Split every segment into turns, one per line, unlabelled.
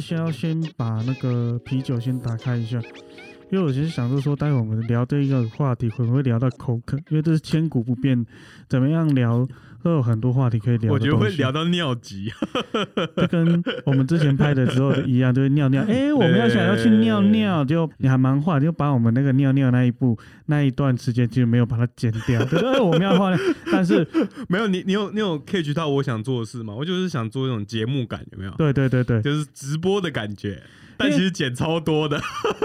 先要先把那个啤酒先打开一下，因为我其实想着说，待会我们聊这一个话题，可能会聊到口渴，因为这是千古不变，怎么样聊都有很多话题可以聊。
我觉得会聊，到尿急。
就跟我们之前拍的时候一样，就是尿尿。哎、我们要想要去尿尿，就你还蛮坏，就把我们那个尿尿那一步那一段时间就没有把它剪掉。对，哎我们要换，但是
没有你，你有你有 catch 到我想做的事吗？我就是想做那种节目感，有没有？
对对对 对，
就是直播的感觉，但其实剪超多的，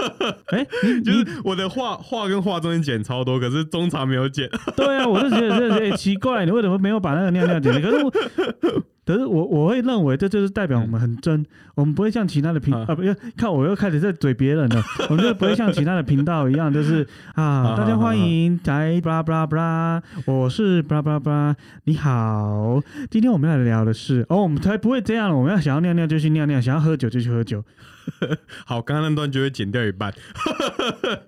哎、你
就
你
是我的话话跟话中间剪超多，可是中场没有剪。
对啊，我就觉得这这、欸、奇怪，你为什么没有把那个尿尿剪掉？可是我，可是我我会认为这就是代表我们很真，我们不会像其他的频
啊
啊，不要看我又开始在嘴别人了， 我们就不会像其他的频道一样，就是啊，
啊
大家
啊
欢
啊
迎来布拉布拉布拉，我是布拉布拉布拉，你好，今天我们要来聊的是哦，我们才不会这样了，我们要想要尿尿就去尿尿，想要喝酒就去喝酒，
好，刚刚那段就会剪掉一半。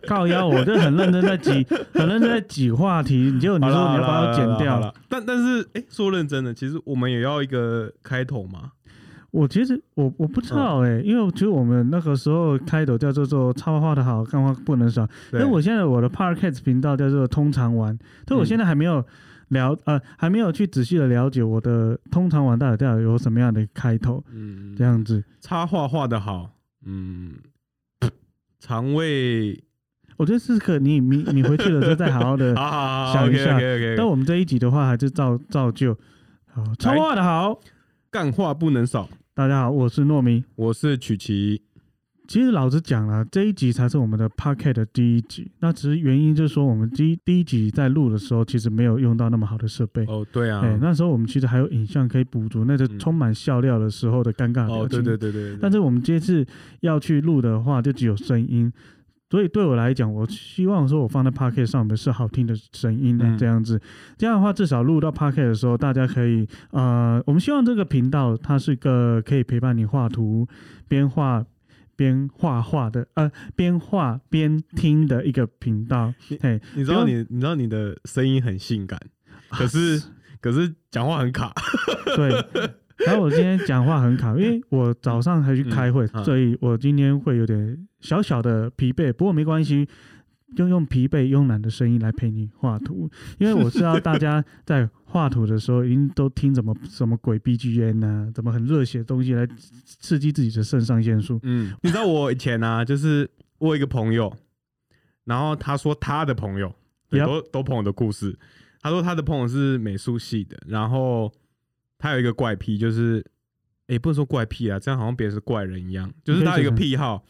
靠腰，我就很认真在挤，很认真在挤话题，你就你
好
说
啦
你要把它剪掉
好啦好啦好啦但但是，哎、说认真的，其实我们也要一个开头嘛。
我其实我我不知
嗯
道哎、因为我觉得我们那个时候开头叫做做插画的好，干话不能少。因
对
为我现在我的 podcast 频道叫做通常玩，但我
嗯
现在还没有了、呃，还没有去仔细的了解我的通常玩到底到底有什么样的开头
嗯
这，样子。
插画画的好，嗯，肠胃，
我觉得是可你你你回去了之后再好好的。
好好好
想一下
o k OK
但
OK，
我们这一集的话还是照照旧。好，插画的好，
干话不能少。
大家好，我是糯米。
我是曲奇，
其实老实讲啦，这一集才是我们的 p o c k e t 的第一集。那其实原因就是说，我们第一第一集在录的时候，其实没有用到那么好的设备。
哦，对啊
哎、，那时候我们其实还有影像可以补足，那就
嗯
充满笑料的时候的尴尬表情。
哦，对对对对，对
但是我们这次要去录的话，就只有声音，所以对我来讲，我希望说我放在 p o c k e t 上面是好听的声音的、
嗯
这样子，这样的话至少录到 p o c k e t 的时候，大家可以呃，我们希望这个频道它是个可以陪伴你画图、边画边画画的，呃，边画边听的一个频道。
嗯
嘿，
你知道你你知道你的声音很 性感，可是可是讲话很卡，
对。然后我今天讲话很卡，因为我早上还去开会，
嗯嗯
所以我今天会有点小小的疲惫。不过没关系，就用疲惫慵懒的声音来陪你画图，因为我知道大家在画图的时候，一定都听什么什么鬼 BGM 啊，怎么很热血的东西来刺激自己的肾上腺素。
嗯， 你知道我以前啊，就是我有一个朋友，然后他说他的朋友，对
Yep
都都朋友的故事，他说他的朋友是美术系的，然后他有一个怪癖，就是也不能说怪癖啊，这样好像别人是怪人一样，就是他有一个
你可
癖好，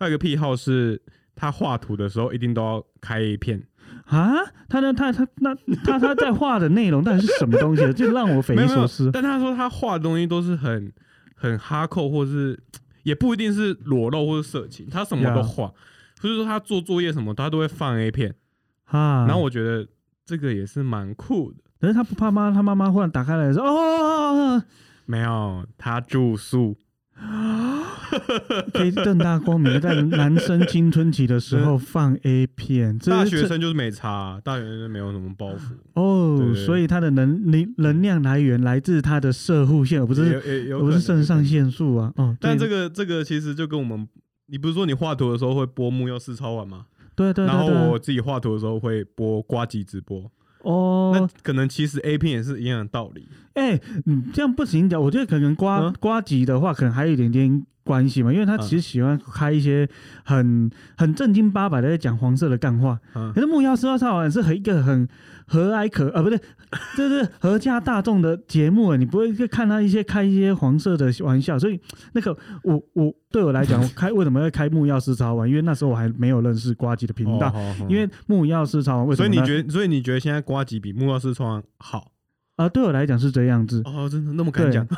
他有一个癖好是他画图的时候一定都要开 A 片。
啊，他那他他那他他在画的内容到底是什么东西？就让我匪
没
夷
有没
所
有
思。
但他说他画的东西都是很很哈扣，或是也不一定是裸露或是色情，他什么都
Yeah
画。所以说他做作业什么，他都会放 A 片。
啊，
然后我觉得这个也是蛮酷的。
可是他不怕妈，他妈妈忽然打开来说：“哦哦，哦哦
没有，他住宿，
可以正大光明地在男生青春期的时候放 A 片，这
大
是
学生就是没差啊、大学生没有什么包袱，
哦
对，嗯
所以他的能能能量来源来自他的射护腺，而不是
也也有
而
可
不
能
是肾上。腺素啊。哦，
但这
个
个这个其实就跟我们，你不是说你画图的时候会播木曜四超玩吗？
对对
然
对
后
对
我自己画图的时候会播瓜吉直播，那
哦，
可能其实 A 片也是一样的道理。
哎，你这样不行的，我觉得可能瓜
嗯
瓜吉的话，可能还有一点点。关系嘛，因为他
嗯
其实喜欢开一些很很正经八百的在讲黄色的干话，
嗯
可是木曜四号超玩是和一个很和蔼可呃，不对， 这是合家大众的节目，啊你不会去看他一些开一些黄色的玩笑，所以那个我我对我来讲， 我开为什么要开木曜四超玩？因为那时候我还没有认识瓜吉的频道，
哦好
因为木曜四超玩为什
所
么
以
呢？
你觉得，所以你觉得现在瓜吉比木曜四川好？
啊、对我来讲是这样子，
哦，真的那么
对
敢讲？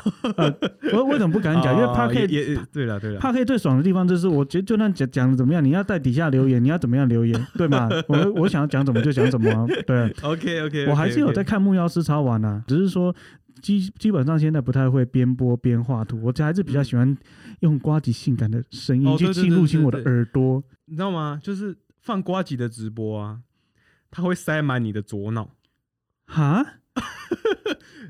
我为什么不敢讲？因为
哦
p a r
也
k
也也对了对啊了，
帕 K 最爽的地方就是，我觉得就算讲讲的怎么样，你要在底下留言，你要怎么样留 言，对吗？我我想要讲怎么就讲怎么啊、对啊、
OK OK，
我还是有在看木曜四超玩啊，只是说基基本上现在不太会边播边画图，我还是比较喜欢用瓜吉性感的声音
哦
去
对对
侵
对
入
对
侵我的
对
耳朵。
你知道吗？就是放瓜吉的直播啊，他会塞满你的左脑。
哈，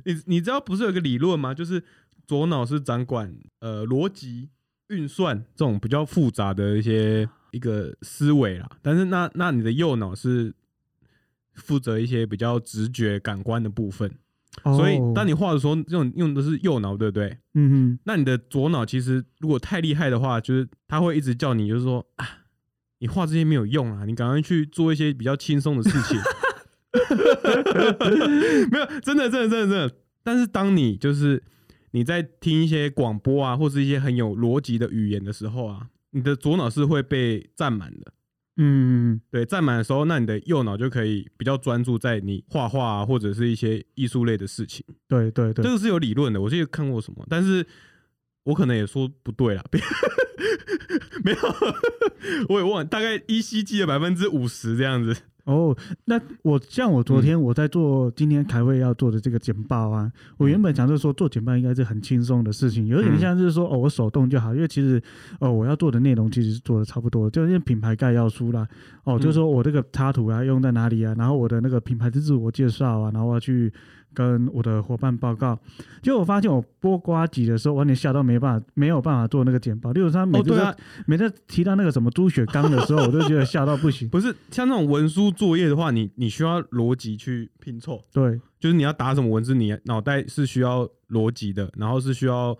你你知道不是有一个理论吗？就是左脑是掌管呃逻辑，运算这种比较复杂的一些一个思维啦。但是那那你的右脑是负责一些比较直觉感官的部分，所以当
你
你画的时候，用用的是右脑，对不对？
哦嗯
那你的左脑其实如果太厉害的话，就是他会一直叫你，就是说啊，你画这些没有用啊，你赶快去做一些比较轻松的事情。没有，真的，真的，真的，真的。但是当你就是你在听一些广播啊，或是一些很有逻辑的语言的时候啊，你的左脑是会被占满的。
嗯
对，占满的时候，那你的右脑就可以比较专注在你画画啊，或者是一些艺术类的事情。
对对对
这，个是有理论的，我记得看过什么，但是我可能也说不对啦，别 没有， 我也忘了，大概依稀记的百分之五十这样子。
哦，那我像我
嗯
昨天我在做今天开会要做的这个简报啊，我原
嗯
本想是说做简报应该是很轻松的事情，有点像是说哦我手动就好，因为其实哦我要做的内容其实是做的差不多，就是品牌概要书啦，哦
嗯
就是说我这个插图啊用在哪里啊，然后我的那个品牌的自我介绍啊，然后我要去跟我的伙伴报告，结果我发现我播瓜集的时候，我有点吓到没办法没有办法做那个简报，例如他每
哦，
次
对
在、
啊，
每次提到那个什么猪血缸的时候，我都觉得吓到不行，
不是像那种文书作业的话，你你需要逻辑去拼凑，
对。
就是你要打什么文字，你脑袋是需要逻辑的，然后是需要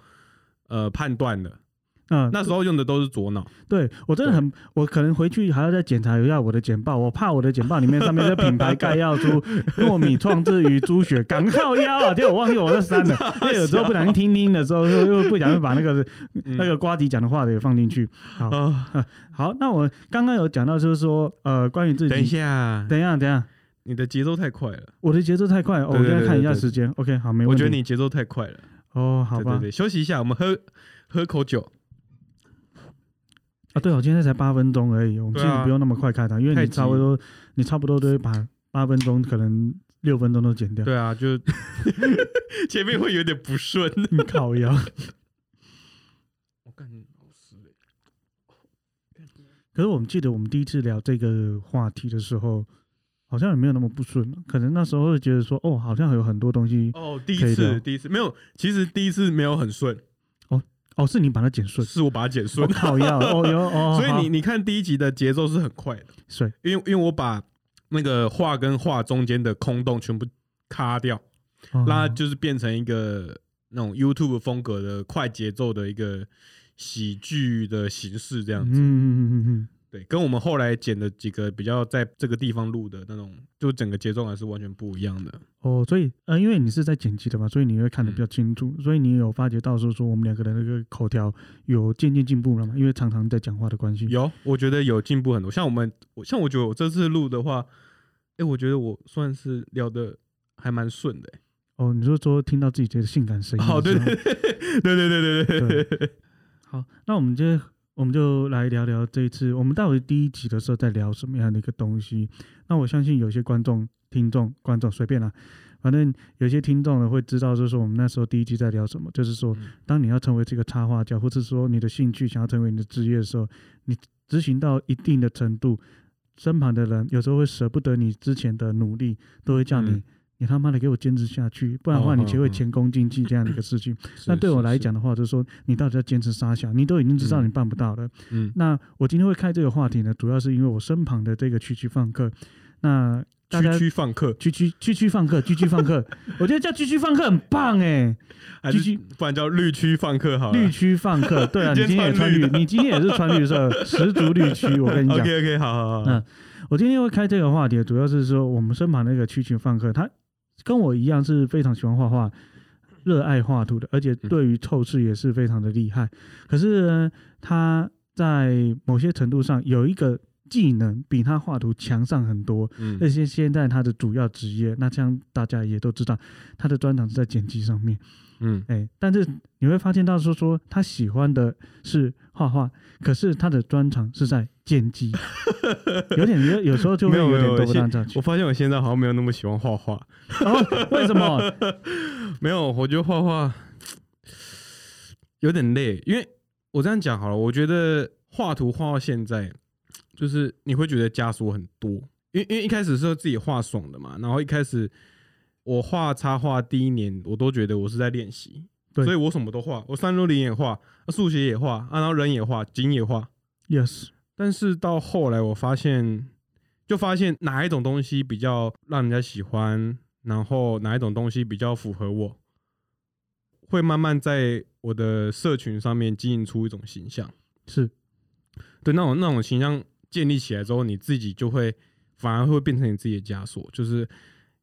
呃判断的。
嗯，
那时候用的都是左脑，
对我真的很，我可能回去还要再检查一下我的简报，我怕我的简报里面上面的品牌概要 出糯米创制于猪血港靠腰啊，结果我忘记我这删了， 因为有时候不小心听听的时候，又又不小心把那个
嗯
那个瓜迪讲的话也放进去。好
啊，
好，那我刚刚有讲到就是说，呃，关于自己，
等一，下，
等一下，等一下，
你的节奏太快了，
我的节奏太快，哦、我
对对
现在
对
看一下
对对
时间，OK，好，没问
我
题。
觉得你节奏太快了。
哦，好
对
吧
对，对，休息一下，我们喝喝口酒，
啊，对，我今天才八分钟而已，我们其
对
实
啊
不用那么快开它，因为
太
你
急
差不多，你差不多都会把八分钟可能六分钟都剪掉。
对啊，就 前面会有点不顺。
你烤腰。
我感觉好湿嘞。
可是我们记得我们第一次聊这个话题的时候，好像也没有那么不顺，可能那时候会觉得说，哦，好像有很多东西，
哦，第
可以
一
的
次，第一次没有，其实第一次没有很顺，
哦，是你把它剪顺，
是我把它剪
我
顺。
烤腰，哦有哦，
所以
好
你你看第一集的节奏是很快的，
水
因为因为我把那个画跟画中间的空洞全部卡掉，
哦
让它就是变成一个那种 YouTube 风格的快节奏的一个喜剧的形式这样
嗯
子。
嗯嗯嗯
对，跟我们后来剪的几个比较在这个地方录的那种，就整个节奏感是完全不一样的。
哦，所以呃，因为你是在剪辑的嘛，所以你会看
嗯
得比较清楚，所以你有发觉到说说我们两个的那个口条有渐渐进步了嘛？因为常常在讲话的关系，
有，我觉得有进步很多。像我们，我像我觉得我这次录的话，哎、我觉得我算是聊的还蛮顺的、欸
哦，你就说听到自己的性感声音的时候，
好，哦对对对 对对对对对对，
好，那我们今天我们就来聊聊这一次我们到底第一集的时候在聊什么样的一个东西。那我相信有些观众、听众、观众随便啦、反正有些听众呢会知道，就是说我们那时候第一集在聊什么，就是说
嗯
当你要成为这个插画家，或者说你的兴趣想要成为你的职业的时候，你执行到一定的程度，身旁的人有时候会舍不得你之前的努力，都会叫你。
嗯
你他妈的给我坚持下去，不然的话
哦
你
哦
就会
哦
前功尽弃这样的一个事情。那
是
对我来，
是
讲的话，就是说你到底要坚持啥想，你都已经知道你办不到了。
是嗯，
那我今天会开这个话题呢，主要是因为我身旁的这个区区放客，那大家
区区放客
区区区区放客，区区放客，我觉得叫区区放客很棒哎、
还
区
是
区
不然叫绿区放客好了。啊
绿区放客，对啊，你
今
今天
天
也穿
穿绿
绿，
的
你今天也是穿绿色，十足绿区。我跟你
OK
讲，
OK，好好好，
嗯我今天会开这个话题，主要是说我们身旁那个区群放客，他跟我一样是非常喜欢画画，热爱画图的，而且对于透视也是非常的厉害。可是呢，他在某些程度上有一个技能比他画图强上很多，
嗯
而且现在他的主要职业，那像大家也都知道，他的专长是在剪辑上面。
嗯，
哎，但是你会发现到说说他喜欢的是画画，可是他的专长是在剪 辑，有点有有时候就会
没有
有
没有
点
没有
对不
现
上上去
我。发现我现在好像没有那么喜欢画画，
哦，为什 么？
没有，我觉得画画有点累，因为我这样讲好了，我觉得画图画到现在，就是你会觉得枷锁很多，因为因为一开始是自己画爽的嘛，然后一开始我画插画第一年，我都觉得我是在练习，
对
所以我什么都画，我三六零也画，啊速写也画，啊然后人也画，景也画。
Yes，
但是到后来我发现，就发现哪一种东西比较让人家喜欢，然后哪一种东西比较符合我，会慢慢在我的社群上面经营出一种形象。
是
对，那种那种形象建立起来之后，你自己就会反而会变成你自己的枷锁，就是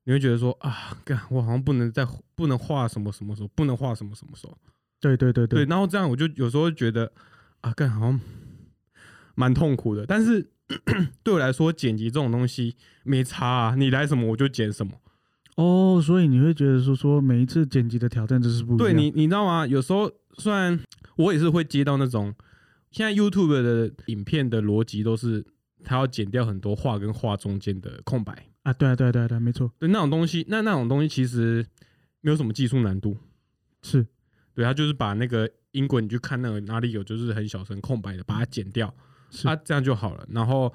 你会觉得说啊，干我好像不能再不能画什么什么时候，不能画什么什么时候。
对对对
对，
对
然后这样我就有时候觉得啊，干好像蛮痛苦的。但是 对我来说，剪辑这种东西没差啊，你来什么我就剪什么。
哦，所以你会觉得说说每一次剪辑的挑战就是不一样，
对你，你知道吗？有时候虽然我也是会接到那种，现在 YouTube 的影片的逻辑都是它要剪掉很多话跟话中间的空白，
啊，对啊对啊对啊对啊，没错，
对那种东西，那那种东西其实没有什么技术难度，
是
对，它就是把那个音轨你去看那个哪里有就是很小声空白的，把它剪掉，
是、
啊，这样就好了。然后，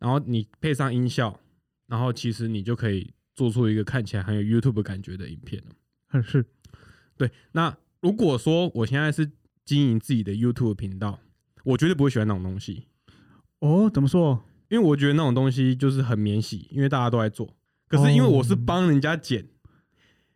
然后你配上音效，然后其实你就可以做出一个看起来很有 YouTube 感觉的影片了。
很是
对，那如果说我现在是经营自己的 YouTube 频道，我绝对不会喜欢那种东西，
哦，怎么说？
因为我觉得那种东西就是很免洗，因为大家都在做。可是因为我是
哦
帮人家剪，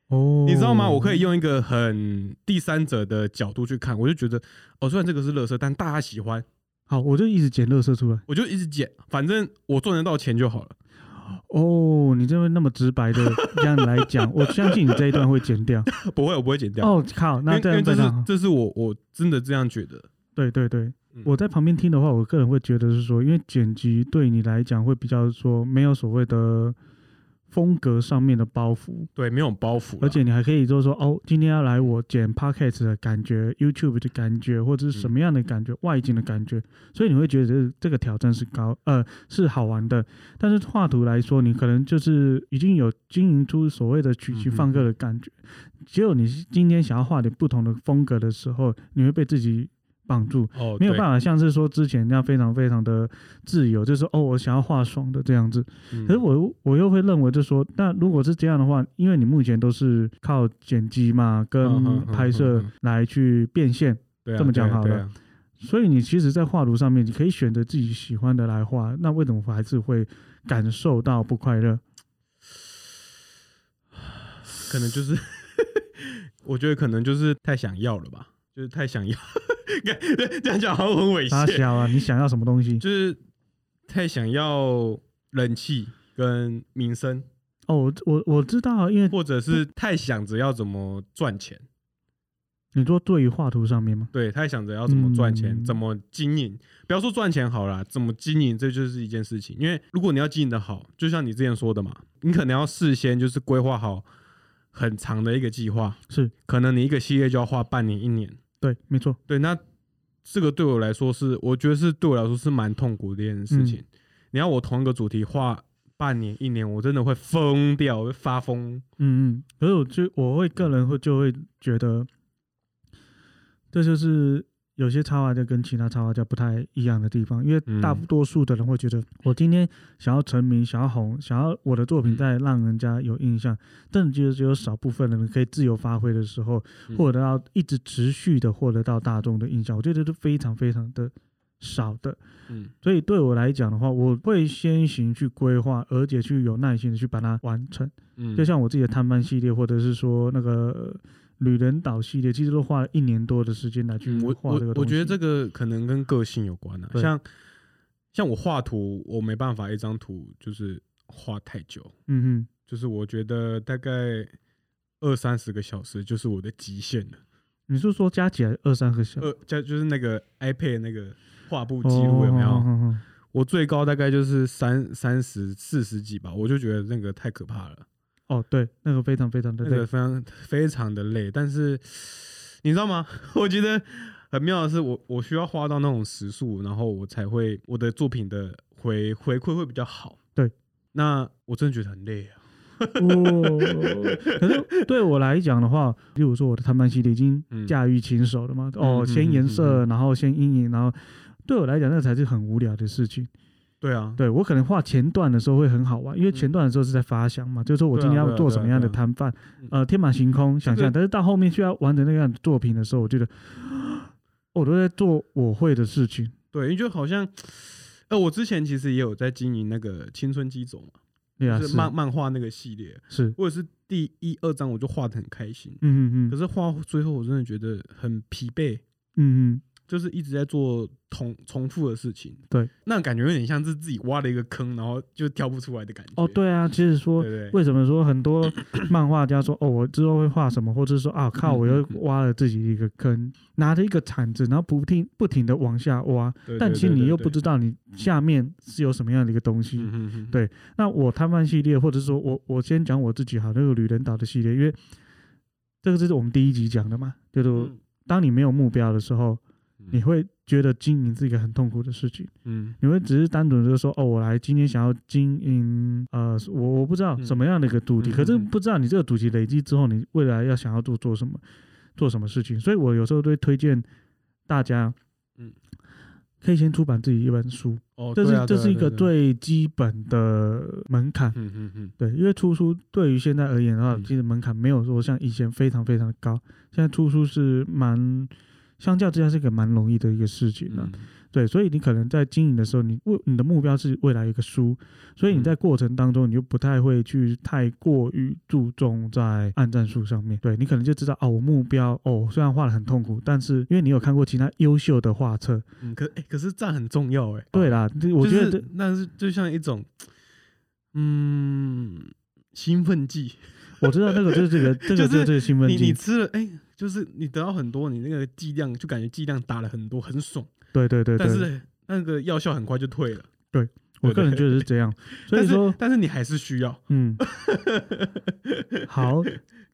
哦，
你知道吗？我可以用一个很第三者的角度去看，我就觉得哦，虽然这个是垃圾，但大家喜欢，
好，我就一直捡垃圾出来。
我就一直剪，反正我赚得到钱就好了。
哦，你这么那么直白的这样来讲，我相信你这一段会剪 掉。
不会，我不会剪掉。
哦，靠，
因为
那
因
这
为
样
这
非常
是
好。
这是我我真的这样觉得。
对对对
嗯，
我在旁边听的话，我个人会觉得是说，因为剪辑对你来讲会比较说没有所谓的风格上面的包袱，
对，啊没有包袱啦，
而且你还可以就是说，哦，今天要来我剪 podcast 的感觉、YouTube 的感觉，或者是什
嗯
么样的感觉、外景的感觉，所以你会觉得这个挑战是高，呃，是好玩的。但是画图来说，你可能就是已经有经营出所谓的曲奇
嗯哼
放歌的感觉，只有你今天想要画点不同的风格的时候，你会被自己绑住。
哦，
没有
对
办法，像是说之前那样非常非常的自由，就是哦，我想要画爽的这样子，
嗯
可是我我又会认为，就说那如果是这样的话，因为你目前都是靠剪辑嘛
嗯哼
跟
嗯哼
拍摄
嗯哼
来去变现，
对啊
这么讲
对啊
好了
对啊
所以你其实，在画图上面，你可以选择自己喜欢的来画。那为什么还是会感受到不快乐？
可能就是， 我觉得可能就是太想要了吧，就是太想要， 这这样讲好像很猥
傻
亵，
小啊，你想要什么 东西？
就是太想要人气跟名声，
哦，我我我知道，啊因为
或者是太想着要怎么赚钱，
你说对于画图上面嘛，
对，太想着要怎么赚钱，
嗯
怎么经营，不要说赚钱好啦，怎么经营这就是一件事情，因为如果你要经营的好，就像你之前说的嘛，你可能要事先就是规划好很长的一个计划，
是
可能你一个系列就要花半年一年。
对，没错，
对，那这个对我来说是，我觉得是对我来说是蛮痛苦的一件
嗯
事情。你要我同一个主题画半年、一年，我真的会疯掉，我会发疯。
嗯嗯。可是我就我会个人会就会觉得，这就是有些插画家跟其他插画家不太一样的地方，因为大
嗯
多数的人会觉得，我今天想要成名、想要红、想要我的作
嗯
品再让人家有印象，但就是只有少部分的人可以自由发挥的时候，
嗯
获得到一直持续的获得到大众的印象，我觉得是非常非常的少的。
嗯，
所以对我来讲的话，我会先行去规划，而且去有耐心的去把它完成。
嗯
就像我自己的探班系列，或者是说那个呃旅人岛系列，其实都花了一年多的时间来去
嗯我
画这
我
个东西。
我觉得这个可能跟个性有关啊，
对
像像我画图，我没办法一张图就是画太久，
嗯
就是我觉得大概二三十个小时就是我的极限了。
哼，你是说加起来二三个小时？
呃，加就是那个 iPad 那个画布记录有没有？
哦哦哦哦
我最高大概就是三三十四十几吧，我就觉得那个太可怕了，
哦哦，对，那个非常非常的
那
累。
个非常非常的累。但是你知道吗？ 我觉得很妙的是我，我需要花到那种时速，然后我才会我的作品的回回馈会比较好。
对，
那我真的觉得很累啊。
哦， 可是对我来讲的话，例如说我的探班系列已经
嗯
驾驭轻手了嘛，
嗯嗯
哦，先
嗯
颜
嗯
色，然后先阴影，然后对我来讲，那才是很无聊的事情。
对啊，
对我可能画前段的时候会很好玩，因为前段的时候是在发想嘛，就是说我今天
嗯对啊
要
对啊
做什么样的
对啊嗯
摊贩，呃，天马行空想象。但是到后面需要完成那样的作品的时候，我觉得哦我都在做我会的事情。
对，因为就好像，呃，我之前其实也有在经营那个青春基种嘛，
对啊，
就是是漫漫画那个系列，
是，
或者是第一二章我就画的很开心，
嗯嗯
可
嗯
是画到最后我真的觉得很疲惫，
嗯嗯，
就是一直在做重重复的事情，
对，
那感觉有点像是自己挖了一个坑，然后就跳不出来的感觉。
哦，对啊，其实说
对对对
为什么说很 多漫画家说哦，我之后会画什么，或者是说啊靠，
嗯
我又
嗯嗯
挖了自己一个坑，拿着一个铲子，然后不停不停的往下挖，
对，
但
对
其实你又不，
对嗯
知道你下面是有什么样的一个东西
对。嗯嗯嗯
对那我摊贩系列，或者说我我先讲我自己好，那个旅人岛的系列，因为这个就是我们第一集讲的嘛，就是
嗯
当你没有目标的时候，
嗯
你会觉得经营是一个很痛苦的事情。
嗯
你会只是单纯就是说，哦，我来今天想要经营，呃，我我不知道
嗯
什么样的一个主题，
嗯
可是
嗯嗯
不知道你这个主题累积之后，你未来要想要做做什么，做什么事情，所以我有时候都会推荐大家，嗯
嗯，
可以先出版自己一本书，
哦，
这
对
是、
啊
这是一个，
啊啊
最基本的门槛
啊，嗯嗯嗯，
对，因为出书对于现在而言的话，
嗯
其实门槛没有说像以前非常非常的高，现在出书是蛮，相较之下是个蛮容易的一个事情啊。
嗯
对，所以你可能在经营的时候，你为你的目标是未来有一个书，所以你
嗯
在过程当中，你就不太会去太过于注重在按战术上面。对你可能就知道哦，我目标哦，虽然画的很痛苦，但是因为你有看过其他优秀的画册，
嗯，可哎，可是这样很重要哎，
对啦，这我
就
觉得
是
这
那是就像一种，嗯，兴奋剂。
我知道那个就是这 个这个
就是
是这个兴奋
你你
剂，
吃了，哎、就是你得到很多，你那个剂量就感觉剂量打了很多，很爽，
对对对
但
对，
是那个药效很快就退了。
我个人觉得是这样。所以说，
但是但是你还是需要，
嗯，好，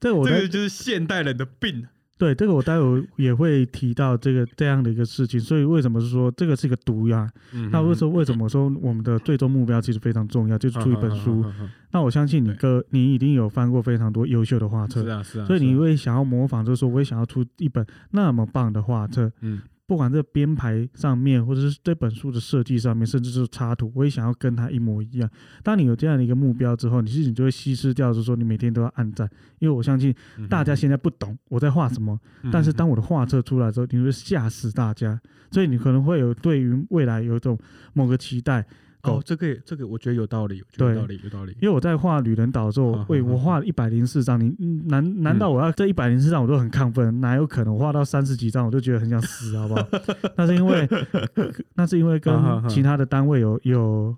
这我
这
在
个就是现代人的病。
对，这个我待会也会提到这个这样的一个事情，所以为什么说这个是一个毒药？
嗯
那为什么为什么说我们的最终目标其实非常重要，就是出一本书？
嗯？嗯嗯嗯嗯
那我相信你
对
哥，你一定有翻过非常多优秀的画
是
册，
啊是啊，
所以你
是啊
会想要模仿，就是说我也想要出一本那么棒的画册，
嗯
不管在编排上面，或者是这本书的设计上面，甚至是插图，我也想要跟它一模一样。当你有这样的一个目标之后，你其实你就会稀释掉，就是说你每天都要按赞，因为我相信
嗯
大家现在不懂我在画什么，
嗯
但是
嗯
当我的画册出来之后，你会吓死大家，所以你可能会有对于未来有一种某个期待。
哦，这个也这个我觉得有道理，我觉得
对
有道理有道理。
因为我在画《旅人岛》的时候
好好，
喂，
好
我画了一百零四张，你嗯难难道我要这一百零四张我都很亢奋？哪有可能？我画到三十几张我就觉得很想死，好不好？那是因为那是因为跟
好好好
其他的单位有有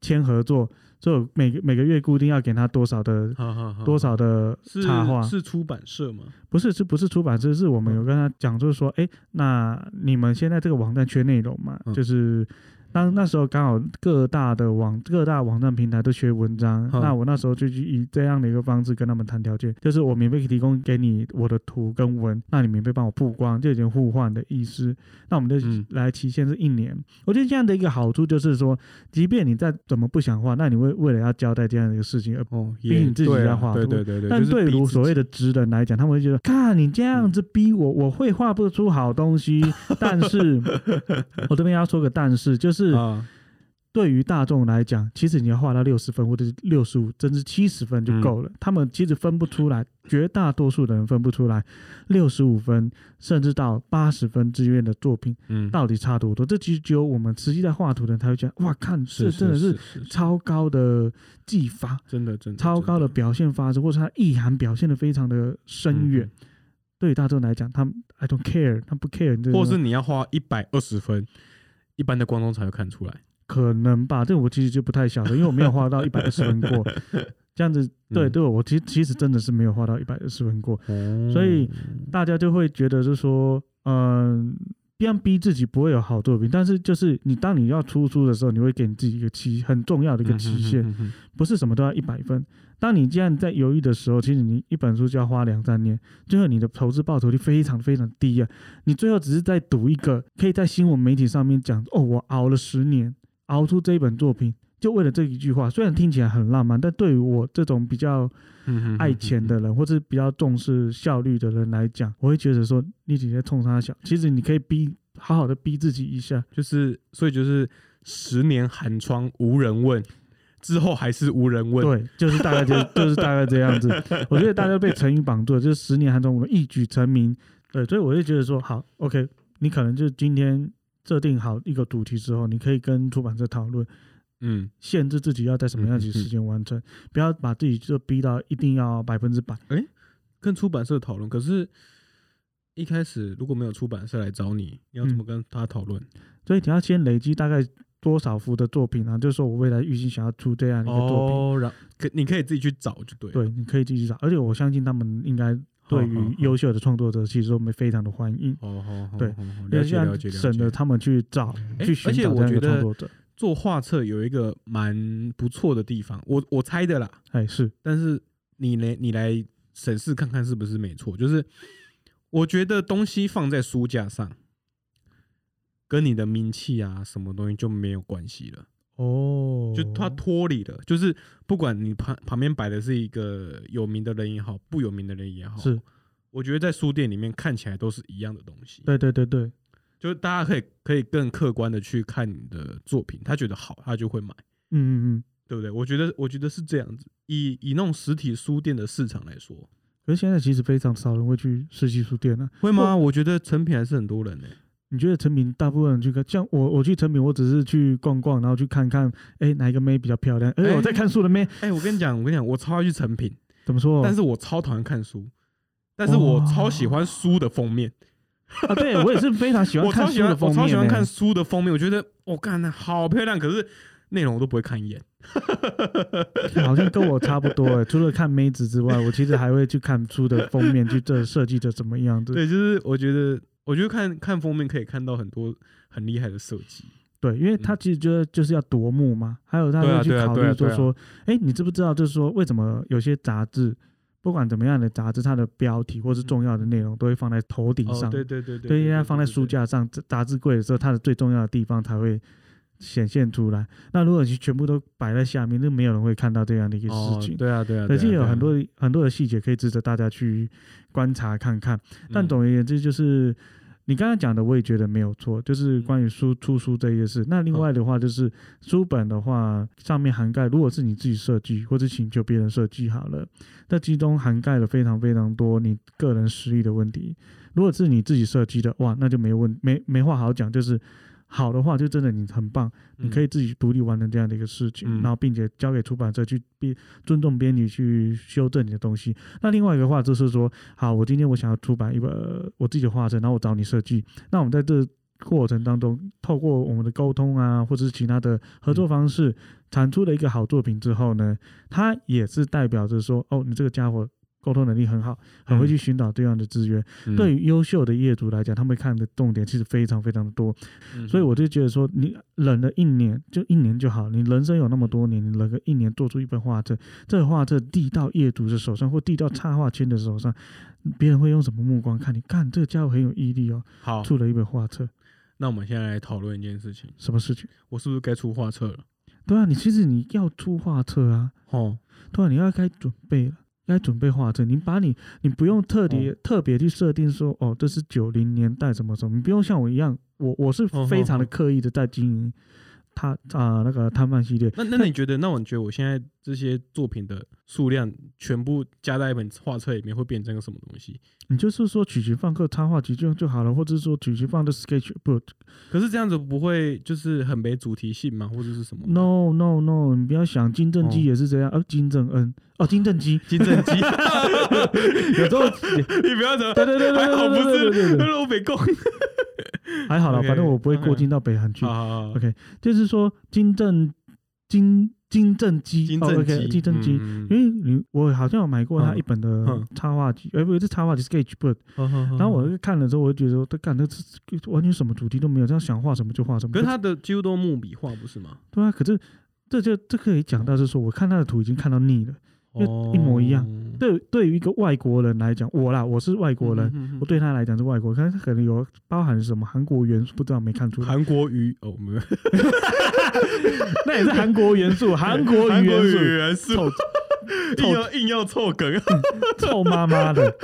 签合作，所以我每个每个月固定要给他多少的
好好好，
多少的
是
插画，
哦是出版社吗？
不是，是不是出版社？是我
嗯
们有跟他讲，就是说，哎、那你们现在这个网站缺内容嘛？
嗯
就是当那时候刚好各大的网各大网站平台都缺文章，
嗯
那我那时候就去以这样的一个方式跟他们谈条件，就是我免费提供给你我的图跟文，那你免费帮我曝光，就有点互换的意思。那我们的
嗯
来期限是一年。我觉得这样的一个好处就是说，即便你再怎么不想画，那你为为了要交代这样的一个事情而
哦，
毕竟你自己
对啊
在画
对
图
对对对。
但
就是
对
逼
于
自
所谓
己嗯
的职人来讲，他们会觉得，看你这样子逼我，我会画不出好东 西。但是，我这边要说个但是，就是
啊，
对于大众来讲，其实你要画到六十分或者是六十五，甚至七十分
嗯
就够了。他们其实分不出来，绝大多数的人分不出来，六十五分甚至到八十分之间的作品
嗯，
到底差多多。这其实只有我们实际在画图的人才会觉得，哇，看这真的是
是
超高的技法。
真的真的
超
真
高的表现发出，或者它意涵表现的非常的
嗯
深远。，对于大众来讲，他们 I don't care，他们不 care，这种
嗯或是你要花一百二十分，一般的观众才会看出来。
可能吧，这我其实就不太晓得，因为我没有画到一百二十分 过。这样子，对
嗯
对，我其实其实真的是没有画到一百二十分过，
哦
所以大家就会觉得是说，嗯、这样逼自己不会有好作品，但是就是你当你要出书的时候，你会给你自己一个期很重要的一个期限，，
嗯哼哼哼
不是什么都要一百分。当你这样在犹豫的时候，其实你一本书就要花两三年，最后你的投资报酬率非常非常低啊！你最后只是在赌一个可以在新闻媒体上面讲哦，我熬了十年，熬出这一本作品，就为了这一句话。虽然听起来很浪漫，但对于我这种比较
哼哼哼
爱钱的人，或是比较重视效率的人来讲，我会觉得说你只是在冲他小。其实你可以逼好好的逼自己一下。
就是所以就是十年寒窗无人问，之后还是无人问。
对，就是大概 就就是大概这样子。我觉得大家被成语绑住了，就是十年寒窗苦一举成名。对，所以我就觉得说，好，OK，你可能就今天设定好一个主题之后，你可以跟出版社讨论，
嗯，
限制自己要在什么样的时间完成，不要把自己就逼到一定要百分之百。
跟出版社讨论。可是，一开始如果没有出版社来找你，你要怎
嗯
么跟他讨论？
所以你要先累积大概多少幅的作品啊？就是说我未来预计想要出这样一个作品，
哦，然后可你可以自己去找就对了。
对，你可以继续找。而且我相信他们应该对
好好
于
好
优秀的创作者其实都非常的欢迎。
哦，好好，
对
好，好
因
了
为
解
这
了解
样
了
省得
解。
他们去找、
哎
去寻
而且
找
我
这样一
觉
个创
得
作者。
做画册有一个蛮不错的地方，我我猜的啦，
哎，是
但是你来你来审视看看是不是没错。就是我觉得东西放在书架上，跟你的名气啊什么东西就没有关系了，
哦
就它脱离了。就是不管你旁旁边摆的是一个有名的人也好，不有名的人也好，
是
我觉得在书店里面看起来都是一样的东西。
对对对对，
就是大家可以可以更客观的去看你的作品，他觉得好，他就会买，
嗯嗯嗯。
对不对？我觉得我觉得是这样子。以以那种实体书店的市场来说，
可是现在其实非常少人会去实体书店了、
会吗？我觉得成品还是很多人呢、欸
你觉得成品大部分人去看，像我我去成品，我只是去逛逛，然后去看看，哎，哪一个妹比较漂亮？哎，
哎
我在看书的妹
哎、我跟你讲，我跟你讲，我超爱去成品，
怎么说？
但是我超讨厌看书，但是我超喜欢书的封面，
啊，对我也是非常喜欢
我超
看
喜
书
欢
的，封
我
面呢、
超喜欢看书的封面，我觉得我干、那好漂亮，可是内容我都不会看一眼。
好像跟我差不多哎。除了看妹子之外，我其实还会去看书的封面，去这设计的怎么样子。
对，就是我觉得，我觉得看看封面可以看到很多很厉害的设计。
对，因为他其实就是就是要夺目嘛，还有他
嗯对啊
会去
对啊
考
对
虑
啊
就
对啊
说，哎、你知不知道？就是说，为什么有些杂志，不管怎么样的杂志，它的标题或是重要的内容都会放在头顶上，
嗯哦，对对对对，
对，应该放在书
对。
架上、杂杂志柜的时候，它的最重要的地方才会显现出来。那如果你全部都摆在下面，那没有人会看到这样的一
对
个
哦
事情。，
对啊对啊，
可是
对啊
有很，多
对啊
的很多的细节可以值得大家去观察看看。但
嗯
总而言之，就是你刚刚讲的，我也觉得没有错，就是关于书出书这件事。那另外的话，就是书本的话，上面涵盖，如果是你自己设计，或者请求别人设计好了，那其中涵盖了非常非常多你个人实力的问题。如果是你自己设计的，哇，那就没问没没话好讲，就是。好的话，就真的你很棒，你可以自己独立完成这样的一个事情，
嗯
然后并且交给出版社去编尊重编辑去修正你的东西。那另外一个话就是说，好，我今天我想要出版一本呃我自己的画册，然后我找你设计。那我们在这过程当中，透过我们的沟通啊，或者是其他的合
嗯
作方式，产出了一个好作品之后呢，它也是代表着说，哦，你这个家伙沟通能力很好，很会去寻找这样的资源。
嗯
对，于优秀的业主来讲，他们看的重点其实非常非常的多。
嗯
所以我就觉得说，你忍了一年，就一年就好。你人生有那么多年，你忍个一年做出一本画册，这个画册递到业主的手上，或递到插画圈的手上，别人会用什么目光看你？看这个家伙很有毅力哦，
好，
出了一本画册，
那我们现在来讨论一件事情，
什么事情？
我是不是该出画册了？
对啊，你其实你要出画册啊，
哦，
对啊，你要该准备了。该准备画册，你把你，你不用特别、特别去设定说，哦，这是九零年代什么什么，你不用像我一样，我我是
哦
非
哦
常的
哦
刻意的在经营他啊、那个摊贩系列，
那那你觉得？那你觉得我现在这些作品的数量全部加在一本画册里面，会变成个什么东西？
你就是说取其放个插画集就就好了，或者是说取其放的 sketchbook。
可是这样子不会就是很没主题性吗？或者是什么
No no no，你不要想金正基
哦
也是这样，呃，金正恩哦，金正 基
金正基，
有时候，
你不要怎么，
对对对对
还好
对
不
对对对对
是
对
欧北共。
对，还好了，
OK，
反正我不会过
OK
境到北韩去。
啊
OK，就是说金正金金正基，
金
哦
正
，OK，
基，
金正基。
嗯，
因为你我好像有买过他
嗯
一本的
嗯
插画集，哎，不是插画集 sketchbook。
然
然后我，看了之后，我就觉得说，他干的这完全什么主题都没有，这样想画什么就画什么。
可是他的几乎都木笔画，不是吗？
对啊，可是这就这可以讲到，就是说我看他的图已经看到腻了。因为一模一样
哦，
对，对于一个外国人来讲，我啦，我是外国人，
嗯，
我对他来讲是外国人，但是他可能有包含什么韩国元素，不知道没看出来。
韩国语哦，没有
那也是韩国元 素，韩国
韩
语
国
元
语
素，
元素，
臭
硬要硬要凑梗，啊
臭妈妈的。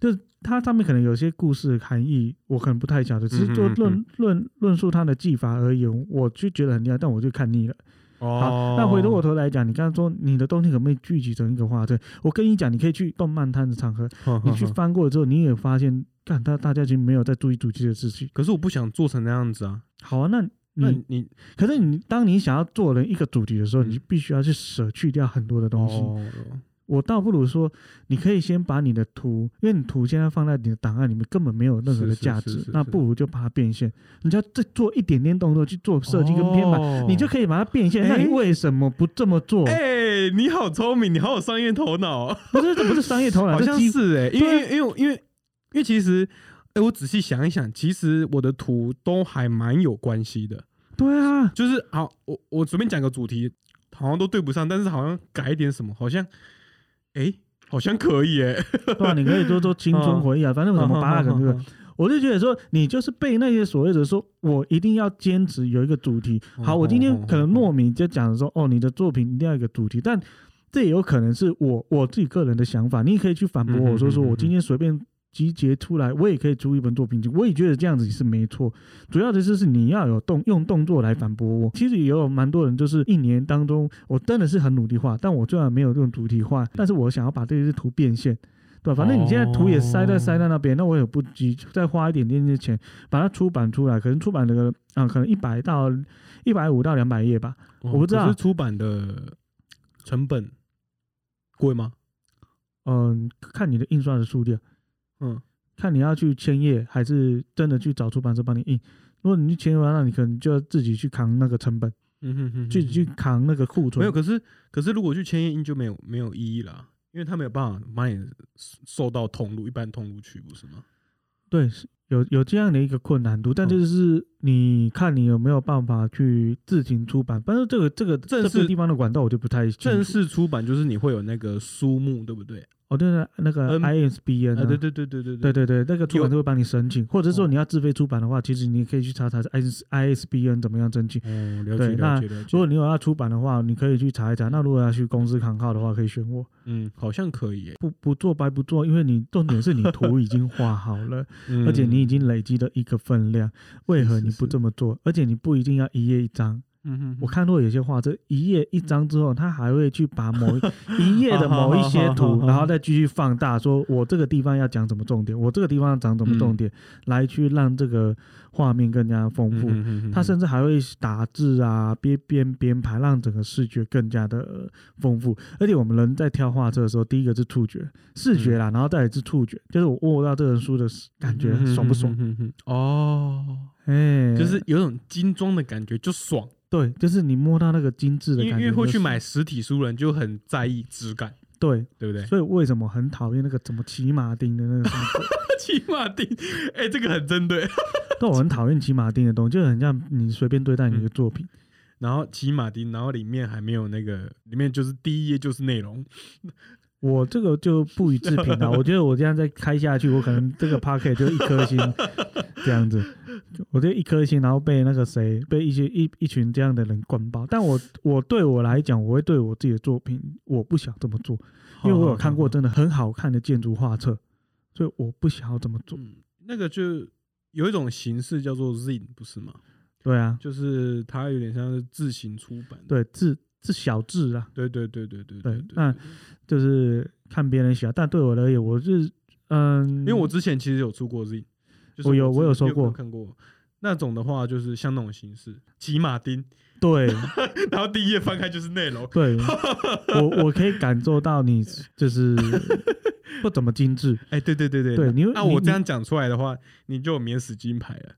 就是它上面可能有些故事含义，我可能不太晓得，只是就
嗯嗯嗯
论论论述它的技法而言，我就觉得很厉害，但我就看腻了。
哦
好，，那回头我头来讲，你刚才说你的东西可不可以聚集成一个画册？我跟你讲，你可以去动漫摊的场合，
呵呵
你 去
呵
翻过之后，你也发现，看大大家其实没有在注意主机的事情。
可是我不想做成那样子啊。
好啊，那
那
你
你
可是你当你想要做人一个主题的时候，
嗯
你必须要去舍去掉很多的东西。
哦，
我倒不如说，你可以先把你的图，因为你图现在放在你的档案里面根本没有任何的
是是
价
是
值
是，
那
是
不如就把它变现。你只要再做一点点动作去做设计跟编码，
哦
你就可以把它变现。那你
哎
为什么不这么做？
哎，你好聪明，你好有商业头脑哦，
不是，这不是商业头脑，
好
这
像
几
是哎，因
对
为因为因为因为其实，哎，我仔细想一想，其实我的图都还蛮有关系的。
对啊，
就是好，我我随便讲个主题，好像都对不上，但是好像改一点什么，好像，哎、好像可以哎、
对啊，你可以多做青
嗯
春回忆啊，反正我怎么巴拉梗这个， 我就觉得说，你就是被那些所谓的说我一定要坚持有一个主题。
哦
好，我今天可能糯米就讲说，哦，你的作品一定要有一个主题，但这也有可能是我我自己个人的想法，你也可以去反驳我说，说我今天随便。集结出来，我也可以出一本作品集，我也觉得这样子也是没错。主要的是是你要有动用动作来反驳我。其实也有蛮多人，就是一年当中，我真的是很努力画，但我虽然没有用主题画，但是我想要把这些图变现，对吧？反正你现在图也塞在
哦
塞在那边，那我也不急，再花一点点的钱把它出版出来，可能出版那个啊、可能一百到一百五到两百页吧。
哦
我不知道
可是出版的成本贵吗？
嗯，看你的印刷的数量，
嗯，
看你要去签页还是真的去找出版社帮你印。如果你去签完了，那你可能就要自己去扛那个成本，
嗯哼哼
自己去扛那个库存。
没有，可是可是如果去签验印就没有没有意义啦，因为他没有办法把你送到通路一般通路去，不是吗？
对，是有有这样的一个困难度，但
嗯
就是你看你有没有办法去自行出版。但是这个这个
正
这
式
个地方的管道我就不太清楚
正式出版就是你会有那个书目，对不对？
哦，对对，那个
嗯
ISBN
啊，
啊
对对对对对
对对对，那个出版
有
社会帮你申请，或者说
哦
你要自费出版的话，其实你可以去查查 IS ISBN 怎么样申请。
哦，了
对
解
那
了解了
如
解，
果你有要出版的话，你可以去查一查。那如果要去公司扛号的话，可以选我。
嗯，好像可以、欸，
不不做白不做，因为你重点是你图已经画好 了，
嗯
而且你已经累积了一个分量，为何
是
你不
是
这么做？而且你不一定要一页一张，
嗯，嗯哼哼
我看过有些画，这一页一张之后，他还会去把某一
嗯
一页的某一些
好好好好
图，
好
然后再继续放大，说我这个地方要讲什么重点，我这个地方要讲什么
嗯
重点，来去让这个画面更加丰富。
嗯
他甚至还会打字啊，边边编排，让整个视觉更加的呃丰富。而且我们人在挑画册的时候，第一个是触觉、视
嗯
觉啦，然后再来是触觉，就是我握到这本书的感觉爽不爽？
嗯？哦，
哎，
就是有种精装的感觉，就爽。
对，就是你摸到那个精致
因
的
为
感
因
觉，
为会去买
就是
实体书的人就很在意质感，
对。
对 不对？
所以为什么很讨厌那个怎么骑马钉的那个什么？
骑马丁，哎，这个很针对。
但我很讨厌骑马钉的东西，就很像你随便对待你的作品。
然后骑马丁，然后里面还没有那个，里面就是第一页就是内容。
我这个就不予置 评了。我觉得我这样再开下去，我可能这个 p o c k e t 就一颗星这样子，我就一颗星，然后被那个谁，被一些一一群这样的人灌爆。但我我对我来讲，我会对我自己的作品，我不想这么做，因
哦
为我有看过真的很好看的建筑画册，所以我不想要这么做。
嗯，那个就有一种形式叫做 zine，不是吗？
对啊，
就是它有点像是自行出版的。
对字字小字啊，
对对对对对
对
对。
那就是看别人写，但对我而言，我是嗯，
因为我之前其实有出过 Z，就是
我有我
之
有收
你没
过
看过那种的话，就是像那种形式，骑马丁，
对
然后第一页翻开就是内容，
对， 我我可以感受到你就是 不怎么精致，
哎、对对对对
对
那
你
那
你
我这样讲出来的话，你就有免死金牌了，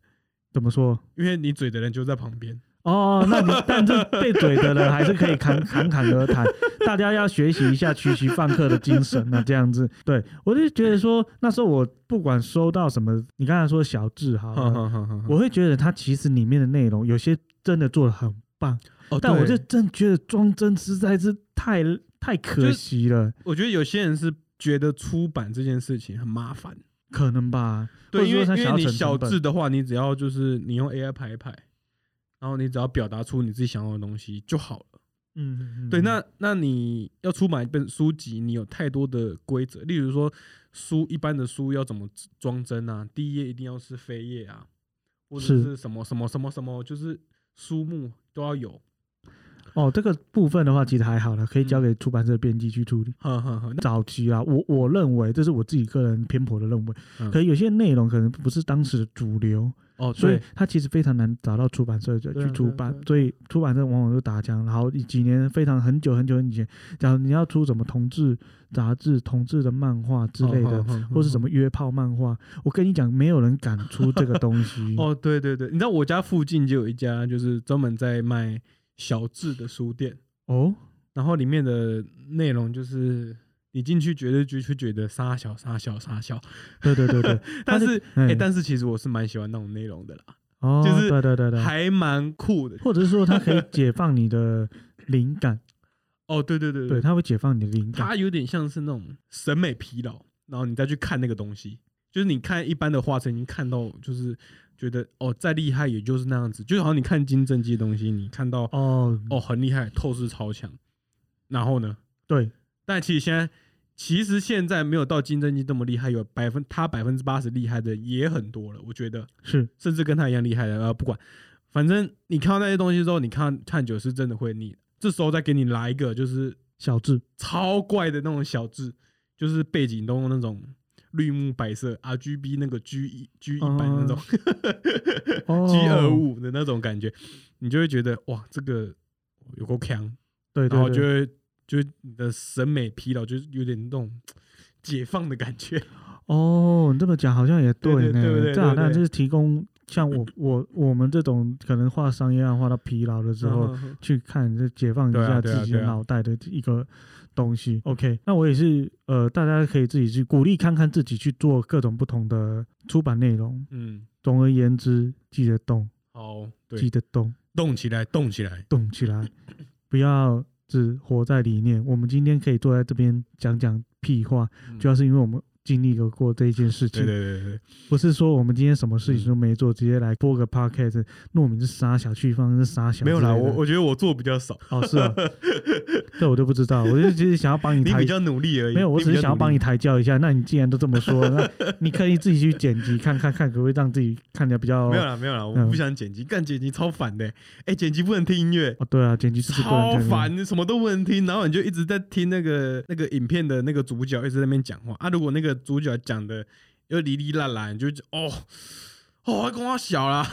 怎么说？
因为你嘴的人就在旁边。
哦， 那你但是被怼的人还是可以侃侃侃而谈，大家要学习一下曲奇放客的精神啊，这样子。对我就觉得说，那时候我不管收到什么，你刚才说小智好了，
我
我会觉得它其实里面的内容有些真的做的很棒，
哦，
但我
对
就真的觉得装帧实在是太太可惜了，
我觉得有些人是觉得出版这件事情很麻烦，
可能吧？
对，因为
或者说他
因为
想要
你
省
小
成本
字的话，你只要就是你用 AI 排一排，然后你只要表达出你自己想要的东西就好了。
嗯，嗯
对，那那你要出版一本书籍，你有太多的规则，例如说书一般的书要怎么装帧啊，第一页一定要是扉页啊，或者
是
是什么什么什么什么，就是书目都要有。
哦，这个部分的话其实还好了，可以
嗯
交给出版社编辑去处理。
呵呵呵，
早期啊，我我认为这是我自己个人偏颇的认为，
嗯
可有些内容可能不是当时的主流，
哦，
所以
对
它其实非常难找到出版社
对
去
啊
出
对啊
版
对啊，
所以出版社往往都打枪。然后几年非常很久很久以前，假如你要出什么同志杂志、同志的漫画之类
哦
的，，或是什
么？。
么约炮漫画，我跟你讲，没有人敢出这个东西
哦，对对对，你知道我家附近就有一家，就是专门在卖小智的书店，
哦，
然后里面的内容就是你进去绝对就去觉得沙小沙小沙小，
对对对对，
但
它
是哎、
嗯
但是其实我是蛮喜欢那种内容的啦，
哦，
就是
对对对对，
还蛮酷的。
或者是说它可以解放你的灵感，
哦，对对对
对，，它会解放你的灵感。
它有点像是那种审美疲劳，然后你再去看那个东西，就是你看一般的画册，已经看到就是觉得哦，再厉害也就是那样子，就好像你看金正基的东西，你看到
哦，
哦很厉害，透视超强，然后呢，
对，
但其实现在其实现在没有到金正基这么厉害，有百分他百分之八十厉害的也很多了，我觉得。
是，
甚至跟他一样厉害的，呃，不管，反正你看到那些东西之后，你看看久是真的会腻。这时候再给你来一个就是
小智，
超怪的那种小字，就是背景都用那种绿幕白色 RGB 那个 G 一 G 一百那种、
哦
G 二五的那种感觉，你就会觉得哇，这个有够强，
对
然后
对
就
对，
会就是你的审美疲劳，就是有点那种解放的感觉。
哦，你这么讲好像也
对对
呢，
对对对
这好
对
像
对
就是提供像我我我们这种可能画商业案画到疲劳了之
嗯
后，去看，就解放一
对啊
下
对啊
自己
对
的
啊
脑袋的一个东西。OK，那我也是，呃，大家可以自己去鼓励看看自己去做各种不同的出版内容。
嗯，
总而言之，记得动，
好，
记得
对，
动，
动起来，动起来，
动起 来，不要只活在理念。我们今天可以坐在这边讲讲屁话，
嗯
主要是因为我们经历了过这一件事
对
情。
对对对对。
不是说我们今天什么事情
嗯
都没做，直接来播个 podcast，糯米是傻小，去方是傻小之
没
类
有
的，
啦，我我觉得我做比较少，
哦是 啊，这我就不知道，我就只是想要帮你
你
抬
比较努力而已。
没有，我只是想要帮
你
你抬轿一下。那你既然都这么 说，那你可以自己去剪辑看看看，可不可以让自己看起来比较
比较努力。没有啦，没有啦，我
嗯
不想剪辑，干剪辑超烦的欸。哎，剪辑不能听音乐，
哦，对啊，剪辑是不能
超
剪的
烦，你什么都不能听，然后你就一直在听那个那个影片的那个主角一直在那边讲话啊。如果那个主角讲的又哩哩啦啦，你就哦哦，跟我小啦，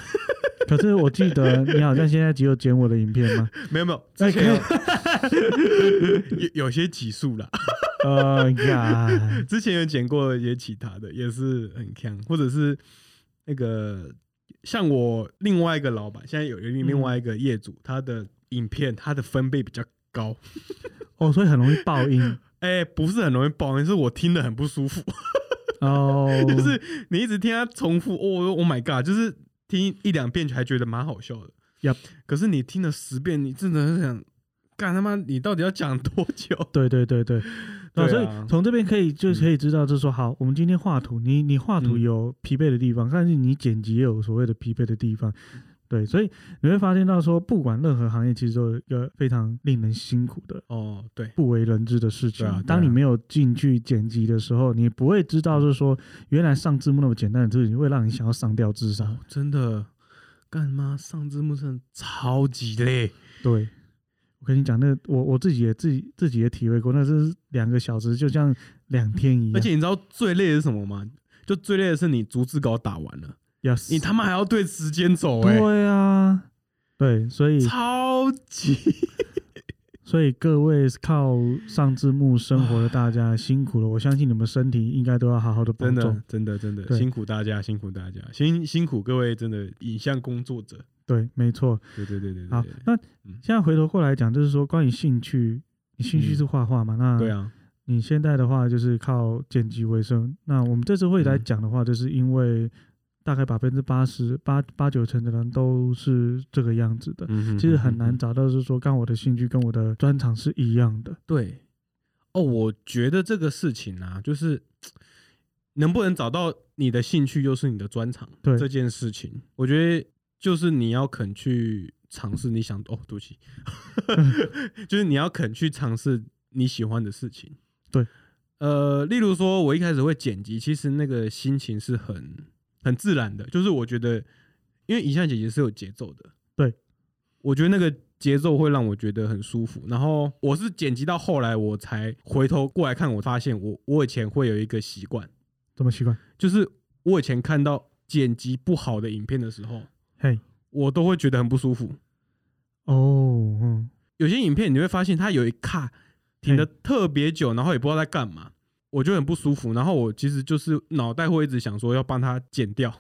可是我记得你好像现在只有剪我的影 片吗？
没有没有，
哎
之前有 有有些起诉啦，
呃呀，
之前有剪过也其他的，也是很强，或者是那个像我另外一个老板，现在有另另外一个业主，他的影片他的分贝比较高，
哦，所以很容易爆音
哎、不是很容易爆，但是我听得很不舒服，
哦。
就是你一直听他重复，哦，Oh my god，就是听一两遍还觉得蛮好笑的
Yup
可是你听了十遍，你真的很想。干他妈！你到底要讲多久？
对对对对，
对啊
所以从这边可以就可以知道，就是说，好，我们今天画图，你你画图
嗯
有疲惫的地方，但是你剪辑也有所谓的疲惫的地方，对，所以你会发现到说，不管任何行业，其实都有一个非常令人辛苦的。
哦，对，
不为人知的事情。
对啊对啊
当你没有进去剪辑的时候，你不会知道，就是说原来上字幕那么简单的事情，会让你想要上吊自杀。
哦，真的，干妈上字幕真的超级累。
对，我跟你讲，那我我自己也自己自己也体会过，那是两个小时，就像两天一样。
而且你知道最累的是什么吗？就最累的是你逐字稿打完了，
要
你他妈还要对时间走、欸，
对啊，对，所以
超级
所以各位靠上字幕生活的大家辛苦了，我相信你们身体应该都要好好的保
真
重
的。真的真的
对
辛苦大家，辛苦大家，辛辛苦各位真的影像工作者，
对，没错。
对对对对对
好
对，
那
嗯
现在回头过来讲，就是说关于兴趣，你兴趣
嗯
是画画嘛？那
对啊，
你现在的话就是靠剪辑为生。那我们这次会来讲的话，就是因为大概百分之八十八八九成的人都是这个样子的。
嗯哼
其实很难
嗯哼
找到，就是说跟我的兴趣跟我的专长是一样的。
对哦，我觉得这个事情啊，就是能不能找到你的兴趣又是你的专长，
对
这件事情，我觉得就是你要肯去尝试你想哦，对不 起，就是你要肯去尝试你喜欢的事情。
对，
呃，例如说，我一开始会剪辑，其实那个心情是很很自然的，就是我觉得，因为影像剪辑是有节奏的，
对，
我觉得那个节奏会让我觉得很舒服。然后我是剪辑到后来，我才回头过来看，我发现我我以前会有一个习惯，
这么奇怪？
就是我以前看到剪辑不好的影片的时候，
嘿，
我都会觉得很不舒服。
哦，嗯，
有些影片你会发现它有一卡停的特别久，然后也不知道在干嘛，我就很不舒服。然后我其实就是脑袋会一直想说要帮它剪掉。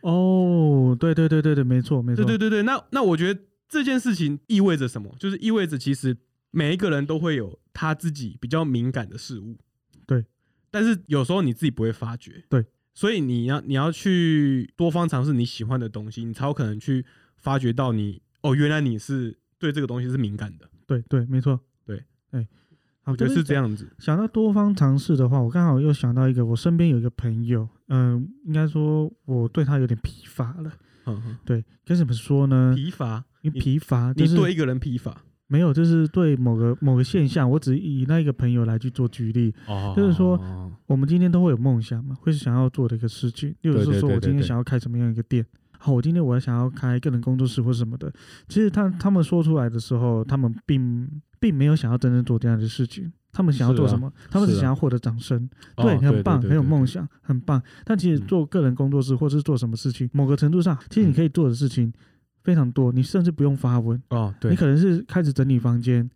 哦，对对对对对，没错没错，
对对对对，那那我觉得这件事情意味着什么？就是意味着其实每一个人都会有他自己比较敏感的事物，
对。
但是有时候你自己不会发觉，
对。
所以你要你要去多方尝试你喜欢的东西，你才有可能去发掘到你哦，原来你是对这个东西是敏感的。
对对，没错，
对，
哎，好
我觉得是这。样子，
想到多方尝试的话，我刚好又想到一个，我身边有一个朋友，嗯、应该说我对他有点疲乏了。
嗯，
对，该怎么说呢
嗯？疲乏，
因为疲乏，就
你
是
对一个人疲乏
没有，就是对某个某个现象，我只以那一个朋友来去做举例。
哦
就是说我们今天都会有梦想嘛，会想要做的一个事情，例如
对
是
对
说
对
我
对
今天
对
想要开什么样一个店，好，我今天我要想要开个人工作室或什么的。其实他他们说出来的时候，他们并并没有想要真正做这样的事情，他们想要
是
做
啊
什么？他们只
是啊
想要获得掌声。
哦
对，
对
很棒，
对
很有
对
梦
对
想，很棒。但其实
嗯
做个人工作室或是做什么事情，某个程度上，其实你
嗯
可以做的事情非常多，你甚至不用发文，
哦，对
你，可能是开始整理房间，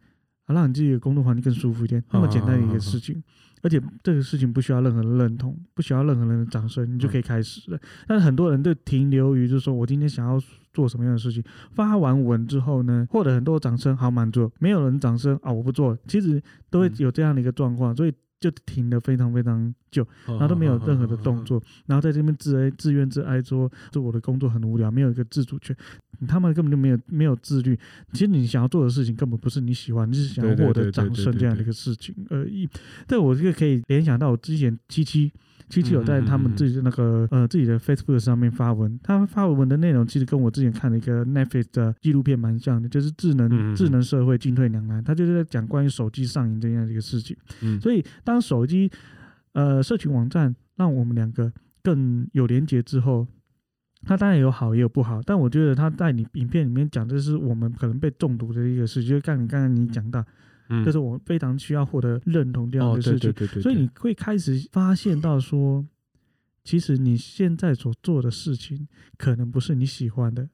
啊，让你自己的工作环境更舒服一
哦
点，那么简单的一个事情。而且这个事情不需要任何人认同，不需要任何人的掌声，
嗯
你就可以开始了。但是很多人都停留于就是说我今天想要做什么样的事情，发完文之后呢，获得很多掌声，好满足；没有人掌声啊，我不做了。其实都会
嗯
有这样的一个状况，所以就停了非常非常久。
哦嗯
然后都没有任何的动作，然后在这边自哀、自怨自哀说，说我的工作很无聊，没有一个自主权，你他们根本就没有没有自律。其实你想要做的事情根本不是你喜欢，你只是想要
对对
获
对
得
对
掌
对
声
对
这样的
对
一个事情而已。对我这个可以联想到我之前七七。七七有在他们
嗯嗯嗯嗯
自己的那个呃自己的 Facebook 上面发文，他发文的内容其实跟我之前看的一个 Netflix 的纪录片蛮像的，就是智
嗯嗯
能
嗯
智能社会进退两难，他就是在讲关于手机上瘾这样的一个事情。
嗯，
所以当手机呃社群网站让我们两个更有连接之后，它当然有好也有不好，但我觉得它在你影片里面讲，这是我们可能被中毒的一个事情，就像你刚才你讲到，
嗯
就是我非常需要获得认同这样
哦，
的
对
事情
对，对对，
所以
对
你会开始发现到说，其实你现在所做的事情可能不是你喜欢的，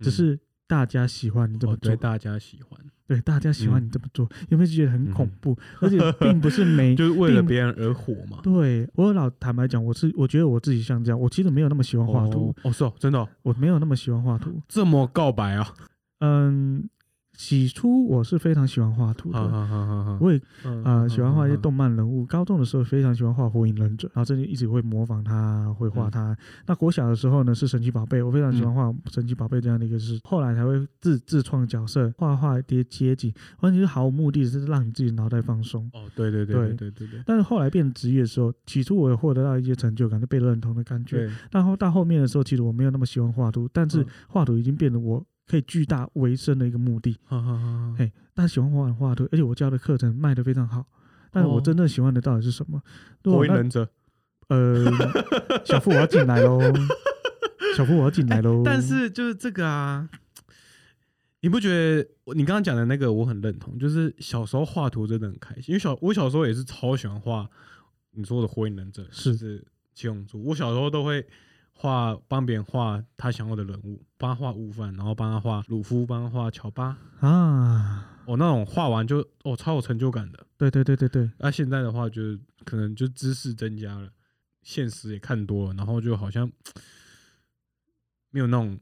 只
嗯
是大家喜欢你这
哦
么做。
对大家喜欢，
对，大家喜欢
嗯
你这么做，有没有觉得很恐
嗯
怖？而且并不是 每
就是为了
并
别人而活嘛。
对我老坦白讲，我是我觉得我自己像这样，我其实没有那么喜欢画图，
哦，是哦，真的哦
我没有那么喜欢画图。
这么告白啊？
嗯，起初我是非常喜欢画图的，
好好好好好，
我也
啊
呃喜欢画一些动漫人物。高中的时候非常喜欢画火影忍者，然后这里一直会模仿他，会画
嗯
他。那国小的时候呢是神奇宝贝，我非常喜欢画神奇宝贝这样的一个事。后来才会自自创角色，画画叠街景，完全是毫无目的，是让你自己脑袋放松。
哦，对对对对对对对
但是后来变职业的时候，起初我也获得到一些成就感，就被认同的感觉。
对，
然后到后面的时候，其实我没有那么喜欢画图，但是
嗯
画图已经变得我可以巨大维生的一个目的。
好好好，
哎大家喜欢画画图，而且我教的课程卖得非常好。但是我
哦
真正喜欢的到底是什么？如果
火影
那
忍者。
呃，小付我要进来喽，小付我要进来喽。
哎但是就是这个啊，你不觉得我你刚刚讲的那个我很认同？就是小时候画图真的很开心，因为小我小时候也是超喜欢画你说的火影忍者，
是
就是七龙珠。我小时候都会画帮别人画他想要的人物，帮他画悟饭，然后帮他画鲁夫，帮他画乔巴。
啊，
我、那种画完就哦超有成就感的。
对对对对对，
那、现在的话，就是可能就知识增加了，现实也看多了，然后就好像没有那种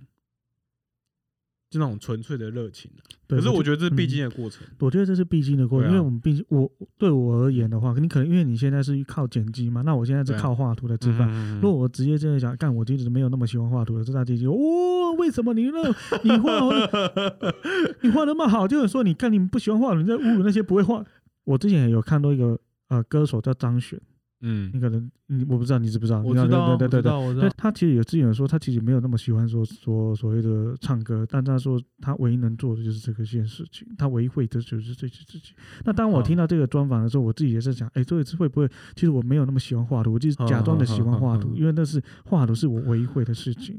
就那种纯粹的热情了、啊
对
可是我觉
得。
得嗯这是必经的过程，
我觉得这是必经的过程，
对啊
因为我们毕竟我对我而言的话，你可能因为你现在是靠剪辑嘛，那我现在是
对啊
靠画图在吃
吃
饭
饭。。嗯
如果我直接这样讲，干我其实没有那么喜欢画图的，这大家就哦，为什么你那 你画得你画那么好，就是说你看你不喜欢画，你在侮辱那些不会画。我之前也有看到一个呃歌手叫张悬，
嗯
你，可能你我不知道你知不知道？
我
你
知道，
对对对对
我知道，我知
对
道，
他其实有之前有说，他其实没有那么喜欢说说所谓的唱歌，但他说他唯一能做的就是这个件事情，他唯一会的就是这些事情。那当我
好
听到这个专访的时候，我自己也在想，哎，这一次会不会？其实我没有那么喜欢画图，我就是
好
假装的喜欢
好好
画
好
图，因为那是画图是我唯一会的事情。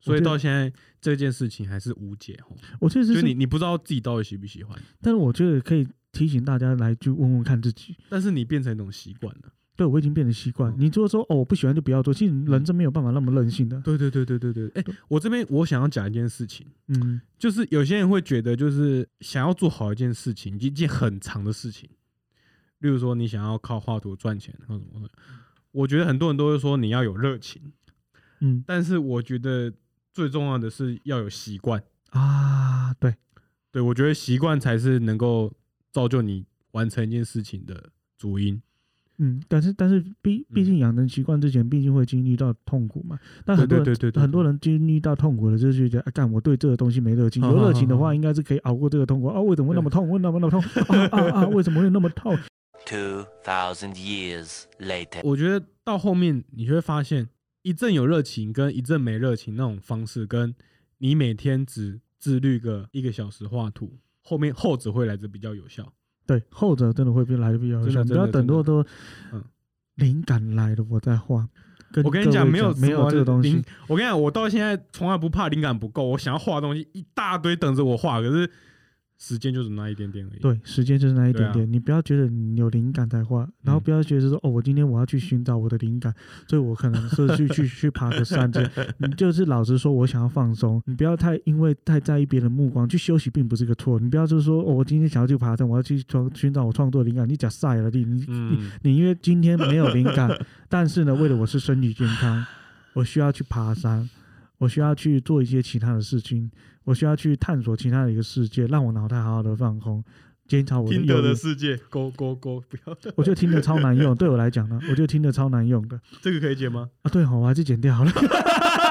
所
我
以
觉得
到现在这件事情还是无解哦，
我确实，
就是你你不知道自己到底喜不喜欢，
但是我觉得可以提醒大家来去问问看自己。
但是你变成一种习惯了。
对我已经变成习惯
嗯，
你如果说哦我不喜欢就不要做，其实人真没有办法那么任性的。
对对对对对对，哎、我这边我想要讲一件事情，
嗯，
就是有些人会觉得，就是想要做好一件事情，一件很长的事情，例如说你想要靠画图赚钱或什么的，我觉得很多人都会说你要有热情，
嗯
但是我觉得最重要的是要有习惯。
啊，对，
对我觉得习惯才是能够造就你完成一件事情的主因。
嗯，但是但是毕毕
嗯
竟养成习惯之前，毕竟会经历到痛苦嘛。但
对
很多
对
人
对对对，
很多人经历到痛苦了，就是觉得啊，干我对这个东西没热情。
好
有
好
热情的
好好
话，应该是可以熬过这个痛苦啊。为什么会那
对
么痛？为什么那么痛？啊啊啊！为什么会那么痛？
2,000 years later.
我觉得到后面你就会发现，一阵有热情跟一阵没热情那种方式，跟你每天只自律个一个小时画图，后面后者会来的比较有效。
对，后者真的会比来的比较有
真的
效，你
真
不要
的
等
真
到
的
都
嗯
灵感来了我再画。
我跟你
讲，
没有
没
什么
有这个东
灵
西，。
我跟你讲，我到现在从来不怕灵感不够，我想要画的东西一大堆等着我画，可是时间就只那一点点而已。
对，时间就是那一
对
点
啊
点，你不要觉得你有灵感才画，然后
嗯
不要觉得说、哦，我今天我要去寻找我的灵感，所以我可能是去去去爬个山 这样。你就是老实说，我想要放松，你不要太因为太在意别人的目光，去休息并不是个错。你不要就是说、哦、我今天想要去爬山，我要去创寻找我创作灵感，你假晒了你你、你
嗯，
你因为今天没有灵 感，但是呢，为了我是身体健康，我需要去爬山，我需要去做一些其他的事情，我需要去探索其他的一个世界，让我脑袋好好的放空，检讨我的
听得
忧
的
虑。
世界，勾勾勾，不要，
我觉得听得超难用，对我来讲呢，我觉得听得超难用的
这个可以解 吗？
啊。对哦，我还是剪掉 好了。因为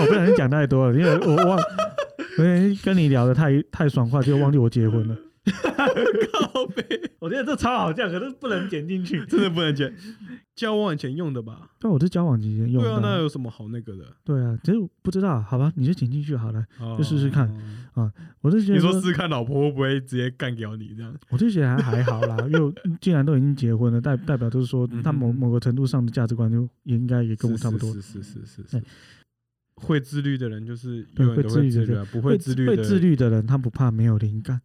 我不小心讲太多了，因为我忘，我跟你聊的太太爽快，就忘记我结婚了。
靠背，
我觉得这超好笑，可是不能剪进去。
真的不能解，交往前用的吧？
啊但我是交往期间用
对
的
啊，
啊。
那有什么好那个的？
对啊，只是不知道，好吧，你就剪进去好了。就试试看
哦
我就觉
你
得
说试试看老婆会不会直接干掉你这样？
我就觉得还还好啦，因为我既然都已经结婚了，代代表就是说
嗯，
他某
嗯
某个程度上的价值观就也应该也跟我差不多。
是是是是是
对
是。会自律的人就是
对
永远都
会
会
自
自
律的
律啊，不会自律的
会自律的人，他不怕没有灵感。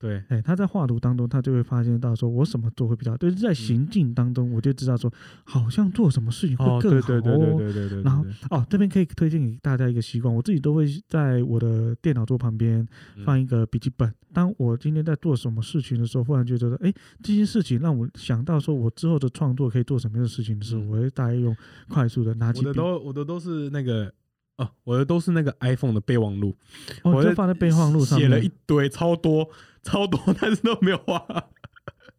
对
哎，他在画图当中，他就会发现到说，我什么做会比较好，就是
嗯
在行进当中，我就知道说，好像做什么事情会
哦，
更
对
好
对对对
哦。
对对对。
然后
对
哦，这边可以推荐给大家一个习惯，我自己都会在我的电脑桌旁边
嗯
放一个笔记本。当我今天在做什么事情的时候，忽然觉得，哎，这件事情让我想到说，我之后的创作可以做什么样的事情的时候，
嗯
我会大概用快速的拿起
我的
笔，
都我的都是那个哦，我的都是那个 iPhone 的备忘录，
哦，
我
就
在
放在备忘录上
写了一
面。
堆，超多 超多，但是都没有画。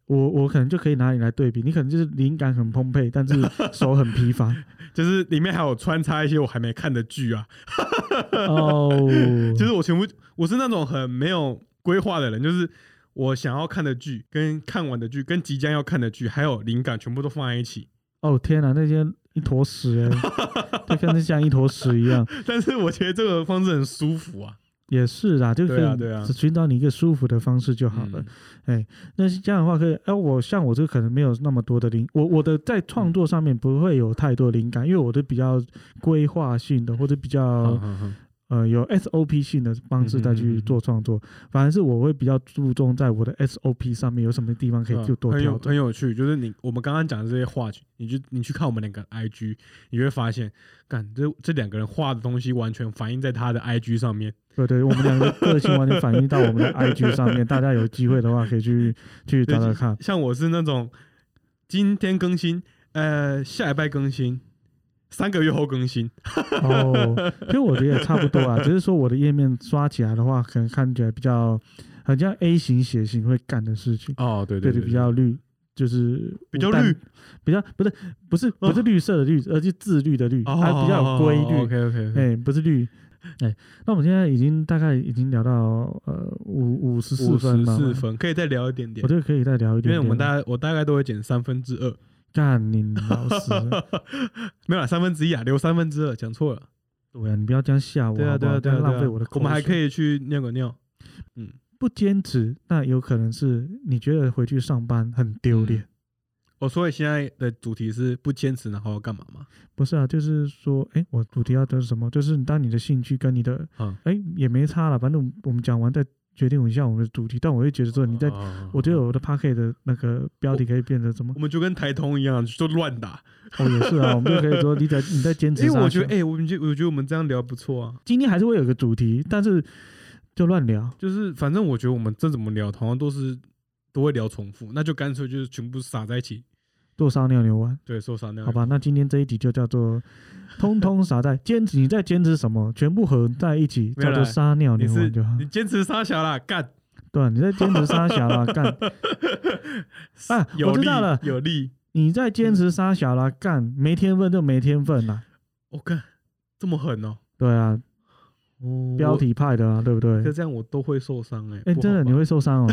我我可能就可以拿你来对比，你可能就是灵感很充沛，但是手很疲乏。
就是里面还有穿插一些我还没看的剧啊，
哦，
就是我全部我是那种很没有规划的人，就是我想要看的剧、跟看完的剧、跟即将要看的剧，还有灵感，全部都放在一起。
哦天哪，那些一坨屎哎、就跟那像一坨屎一样。
但是我觉得这个方式很舒服啊，
也是啦，就可
对啊对啊
以寻找你一个舒服的方式就好
嗯
了。那这样的话可以，哎、我像我这个可能没有那么多的灵，我我的在创作上面不会有太多灵感，因为我的比较规划性的或者比较、
嗯。嗯嗯
呃有 SOP 性的方式再
嗯嗯嗯
去
嗯
做创作，反而是我会比较注重在我的 SOP 上面有什么地方可以
嗯
就多
很
调
有
整。
很有趣，就是你我们刚刚讲的这些话题，你就你去看我们两个 IG，你会发现，干这这两个人画的东西完全反映在他的 IG 上面。
对对，我们两个个性完全反映到我们的 IG 上面，大家有机会的话可以去去找找看。
像我是那种今天更新，呃，下礼拜更新，三个月后更新，
哦，其实我觉得也差不 多啊，只是说我的页面刷起来的话，可能看起来比较很像 A 型血型会干的事情，
哦，对
对
对，
对，比较绿，就是
比较
无蛋
绿，哦
比较不是不是不是绿色的绿，而是自律的绿，它比较有规律，
OK OK，
哎，不是绿，那我们现在已经大概已经聊到呃五五十四
五
分
十
吧，
四分，可以再聊一点点
我觉。得可以再聊一
因
点点
为我们大概我大概都会减三分之二，
干你老师，
没有啦，三分之一啊，留三分之二，讲错了。
对啊，你不要这样吓我，
对啊，
好不
对
好
啊，对啊，
这样
对啊
浪费我的口水。
我们还可以去尿个尿，
不坚持，那有可能是你觉得回去上班很丢脸，
哦，所以现在的主题是不坚持，然后要干嘛嘛？
不是啊？就是说，哎，我主题要的是什么？就是当你的兴趣跟你的，
嗯
哎、也没差了，反正我们我们讲完再决定一下我们的主题。但我会觉得说，你在，
哦
我觉得我的 p a c k e t 的那个标题可以变成什么
我？们就跟台通一样，就乱打。
哦，也是啊，我们就可以说你在你在坚持
因
啥球。
为我觉得，哎，我们觉我觉得我们这样聊不错啊，
今天还是会有个主题，但是就乱聊。
就是反正我觉得我们这怎么聊，好像都是都会聊重复，那就干脆就是全部撒在一起，
做烧尿牛丸，
对，受伤那
好吧？那今天这一集就叫做“通通撒在坚持”，你在坚持什么？全部合在一起
没
叫
有啦
做“撒尿
你
牛
是
丸”就好。
你坚持杀小啦，干
对啊，你在坚持杀小啦， 干啊！
有
我知
力
道了，
有力，
你在坚
嗯
持杀小啦，干没天分就没天分啦。
我哦干这么狠哦，
对啊，
哦
标，题派的啊，对不对
可？哦这样我都会受伤哎，
哎，
不好
真的
吧
你会受伤 哦。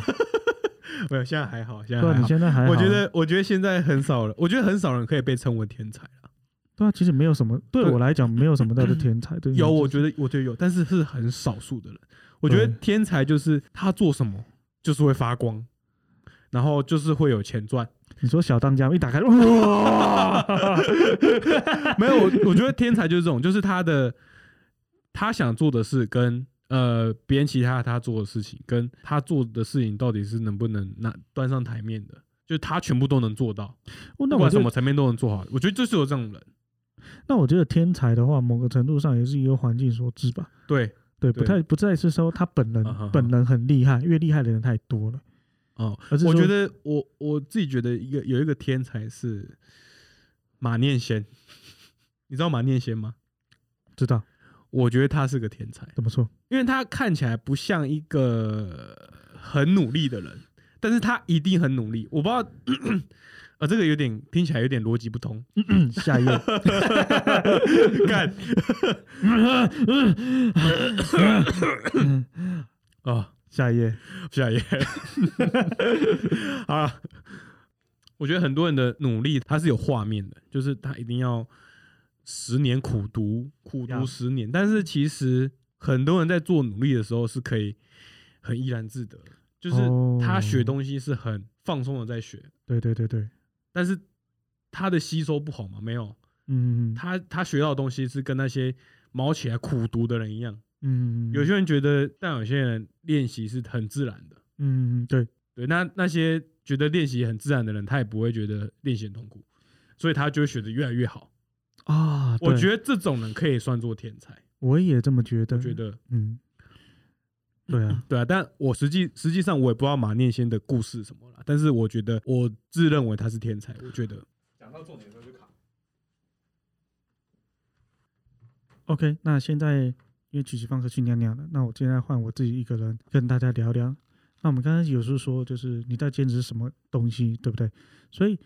没有？现在还好，现在
对啊，
还
你
好。
现在还好。
我觉，得，我觉得现在很少了，我觉得很少人可以被称为天才了。
对啊，其实没有什么，对
对
我来讲没有什么叫做天才。对，
有，我
就
觉得，我觉得有，但是是很少数的人。我觉得
对
天才就是他做什么就是会发光，然后就是会有钱 赚。
你说小当家一打 开，哦哇，
没有，我我觉得天才就是这种，就是他的他想做的事跟呃别人其他他做的事情，跟他做的事情到底是能不能拿端上台面的，就是他全部都能做到，
哦那
不
我
管
就
什么层面都能做好。我觉得就是有这种人，
那我觉得天才的话，某个程度上也是一个环境所致吧。
对，
对，不
对
太不再是说他本人
啊哈哈
本人很厉害，因为厉害的人太多了，
哦，
而是
我
说
觉得我我自己觉得一个有一个天才是马念先， 你知道马念先吗？
知道
我觉得他是个天才，
怎么 说，
因为他看起来不像一个很努力的人，但是他一定很努力。我不知道， 呃，这个有点听起来有点逻辑 不通，
嗯下一 页
干啊，
下一页，
下一页。 好了，我觉得很多人的努力他是有画面的，就是他一定要十年苦读，苦读
Yeah.
十年。但是其实很多人在做努力的时候是可以很怡然自得的，就是
哦
他学东西是很放松的在学，
对对对对，
但是他的吸收不好嘛？没有，
嗯
他他学到的东西是跟那些毛起来苦读的人一样。
嗯，
有些人觉得，但有些人练习是很自然的。
嗯对，
对，那那些觉得练习很自然的人，他也不会觉得练习很痛苦，所以他就会学得越来越好。
啊，
我
对
觉得这种人可以算作天才，
我也这么觉得，
我觉得
嗯，对啊，
对啊。但我实际实际上我也不知道马念先的故事什么啦，但是我觉得我自认为他是天才，我觉得。讲到重点的时候就卡。
OK，那现在因为曲奇放克去尿尿了，那我现在换我自己一个人跟大家聊聊。那我们刚才有时候说，就是你在坚持什么东西，对不对？所以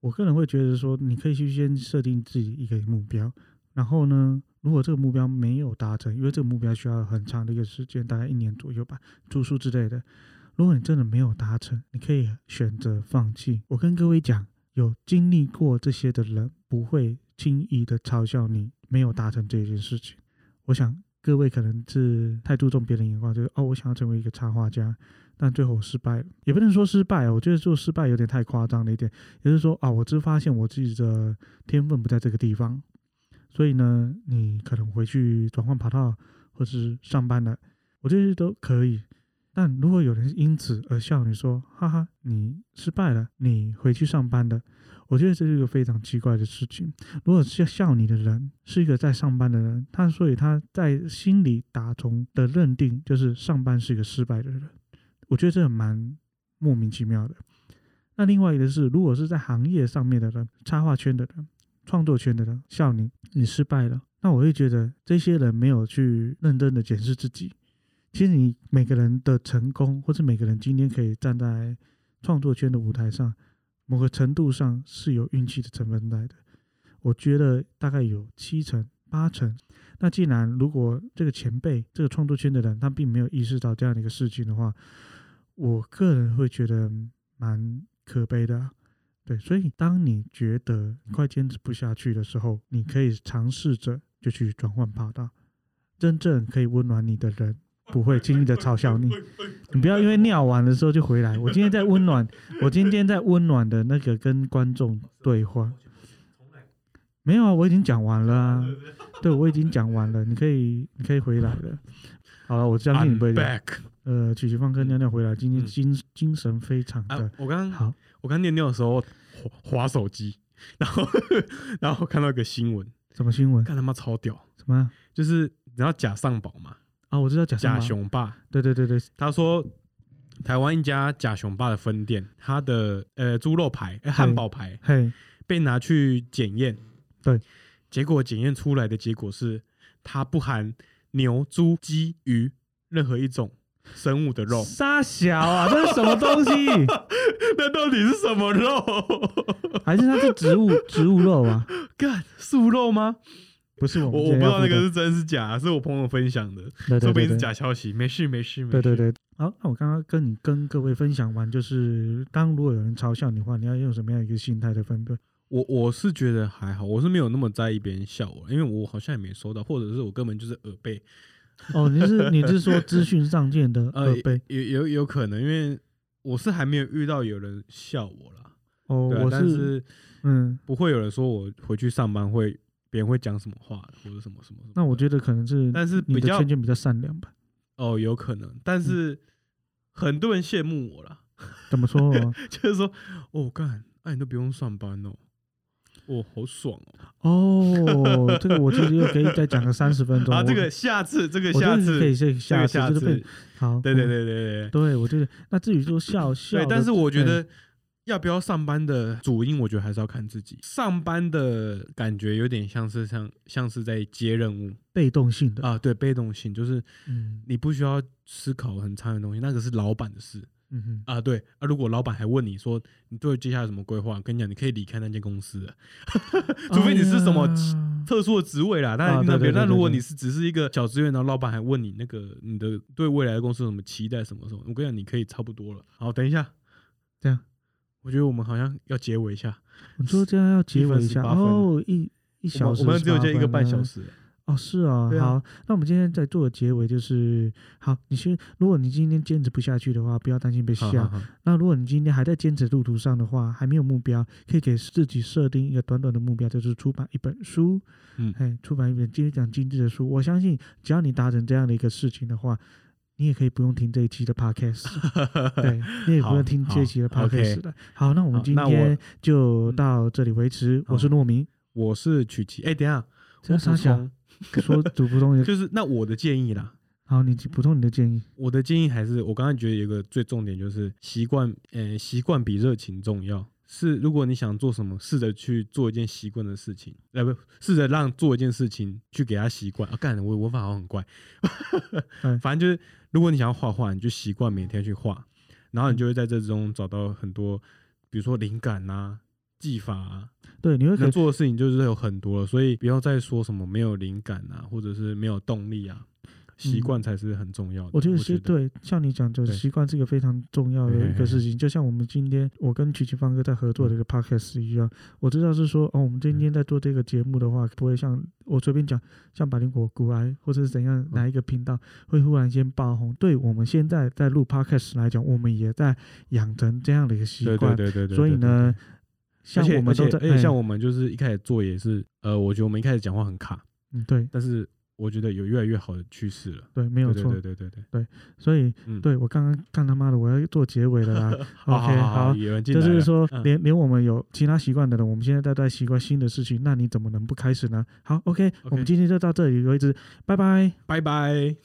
我个人会觉得说，你可以去先设定自己一个目标，然后呢，如果这个目标没有达成，因为这个目标需要很长的一个时间，大概一年左右吧，住宿之类的。如果你真的没有达成，你可以选择放弃。我跟各位讲，有经历过这些的人不会轻易的嘲笑你没有达成这件事情。我想各位可能是太注重别人眼光，就是哦，我想要成为一个插画家，但最后我失败了，也不能说失败，我觉得做失败有点太夸张了一点，也就是说啊，我只发现我自己的天分不在这个地方，所以呢，你可能回去转换跑道，或是上班了，我这些都可以。但如果有人因此而笑你说，哈哈，你失败了，你回去上班了，我觉得这是一个非常奇怪的事情。如果是笑你的人是一个在上班的人，他所以他在心里打从的认定就是上班是一个失败的人，我觉得这蛮莫名其妙的。那另外一个是，如果是在行业上面的人，插画圈的人、创作圈的人笑你，你失败了，那我会觉得这些人没有去认真的检视自己。其实你每个人的成功，或是每个人今天可以站在创作圈的舞台上，某个程度上是有运气的成分在的。我觉得大概有七成八成。那既然如果这个前辈、这个创作圈的人，他并没有意识到这样的一个事情的话，我个人会觉得蛮可悲的啊、对，所以当你觉得快坚持不下去的时候，你可以尝试着就去转换跑道。真正可以温暖你的人，不会轻易的嘲笑你。你不要因为尿完的时候就回来。我今天在温 暖，我今天在温暖的那个跟观众对话。没有啊，我已经讲完了啊。对，我已经讲完了，你可以，你可以回来了。好了，我相信你
I'm
不会这样。
back
呃，曲曲放歌尿尿回来，今天
嗯
精精神非常
啊
的！
我刚刚
好。
我刚念尿的时候划划手机，然后然后看到一个新闻，
什么新闻？
看他妈超屌，
什么啊
就是你知道贾尚宝嘛，
啊？我知道假
贾
熊。
雄霸，
对对对对，
他说台湾一家贾雄霸的分店，他的呃猪肉排、呃汉堡排
嘿，
被拿去检验，
对，，
结果检验出来的结果是它不含牛、猪、鸡、鱼任何一种生物的 肉
沙小啊，这是什么东西？
那到底是什么肉？
还是它是植物植物肉啊？
干素肉吗？
不是我们
我我
今天
不知
要
道
录
那
的
个是真是假，是我朋友分享的，
对
说
对
不
对
定是
对
假消息。没事没事没事，
对对对。好，那我刚刚跟你跟各位分享完，就是当如果有人嘲笑你的话，你要用什么样一个心态的分辨？
我我是觉得还好，我是没有那么在意别人笑我，因为我好像也没收到，或者是我根本就是耳背，
哦，你是你是 说资讯上见的
呃
耳背？
有有有可能，因为我是还没有遇到有人笑我啦。
哦，
对啊、
我
但是
嗯，
不会有人说我回去上班会别人会讲什么话或者什么什么什么的。
那我觉得可能是
但是
你
比
的嗯
较
圈圈比较善良吧？
哦有可能，但是很多人羡慕我啦。
怎么说哦？
就是说，哦，干，哎，你都不用上班哦，哦，好爽哦！
哦，这个我其实又可以再讲个三十 分钟。
啊，这
我
个下次，这个
我觉
下
得是可以
次，
是
这
下
个
次
下
就是被
次，
好，
对对
嗯
对对对
对，我觉得那至于说笑笑
对。
的，
但是我觉得要不要上班的主因，我觉得还是要看自己。上班的感觉有点像是像像是在接任务
被动性的，
啊，对，被动性就是
嗯
你不需要思考很长的东西，那个是老板的事
嗯哼，
啊。对啊，如果老板还问你说你对接下来有什么规划，跟你讲，你可以离开那间公司了， 除非你是什么
哎呀
特殊的职位啦，当
啊
然
对
那
对
边。
对
那
对
如果
对
你是只是一个小职员，然后老板还问你那个你的对未来的公司有什么期待什么什么，我跟你讲，你可以差不多了。好，等一下，
这样，
我觉得我们好像要结尾一下，
你说这样要结尾一下
1分18分
哦，一一
我
小
们
时
我们只有
18
这一个半
分
小
了
时，
哦，是啊，
对啊
好，那我们今天在做的结尾就是，好，你先，如果你今天坚持不下去的话，不要担心被
好
笑。
好好
那如果你今天还在坚持路途上的话，还没有目标，可以给自己设定一个短短的目标，就是出版一本书。
嗯
哎，出版一本今天讲精致的书，我相信只要你达成这样的一个事情的话，你也可以不用听这一期的 podcast，对， 你也不用听这一期的
好好
podcast 的。好，那我们
好
今
那我嗯
天就到这里为止。
好
我是诺明，
我是曲奇，哎，等一下，
这
我
三
补
小
充，
说主普通人，
就是那我的建议啦，
好，你补充你的建议。
我的建议还是我刚刚觉得有个最重点就是习惯，呃，习惯比热情重要。是，如果你想做什么，试着去做一件习惯的事情，呃，不，试着让做一件事情去给它习惯。啊，干，我我法好像 很怪
嗯，
反正就是，如果你想要画画，你就习惯每天去画，然后你就会在这中找到很多，比如说灵感啊、技法啊，
对，你会可
能做的事情就是有很多了，所以不要再说什么没有灵感啊，或者是没有动力啊，习惯才是很重要的。
嗯我觉得
我
是对，像你讲，就是
对
习惯是一个非常重要的一个事情。就像我们今天我跟曲奇方哥在合
嗯
作的一个 podcast 一样，我知道是说哦，我们今天在做这个节目的话，不会像我随便讲，像百灵果、古癌或者是怎样
嗯
哪一个频道会忽然先爆红。对我们现在在录 podcast 来讲，我们也在养成这样的一个习
对对
惯。
对对对。
所以呢，
对，
像
对对
我们都
而
在，嗯
且而且而且像
我，
我们就是一开始做也是，呃，我觉得我们一开始讲话很卡，
嗯，对
但是我觉得有越来越好的趋势了。
对，没有
对对
错
对。对对对，
所以
嗯，
对我刚刚干他妈的，我要做结尾了 啦。
好
OK，
好
好
好，，有人进
就
来了，
是说，
嗯
连连我们有其他习惯的人，我们现在在在习惯新的事情，那你怎么能不开始呢？好，OK，我们今天就到这里为止，拜拜。
拜拜。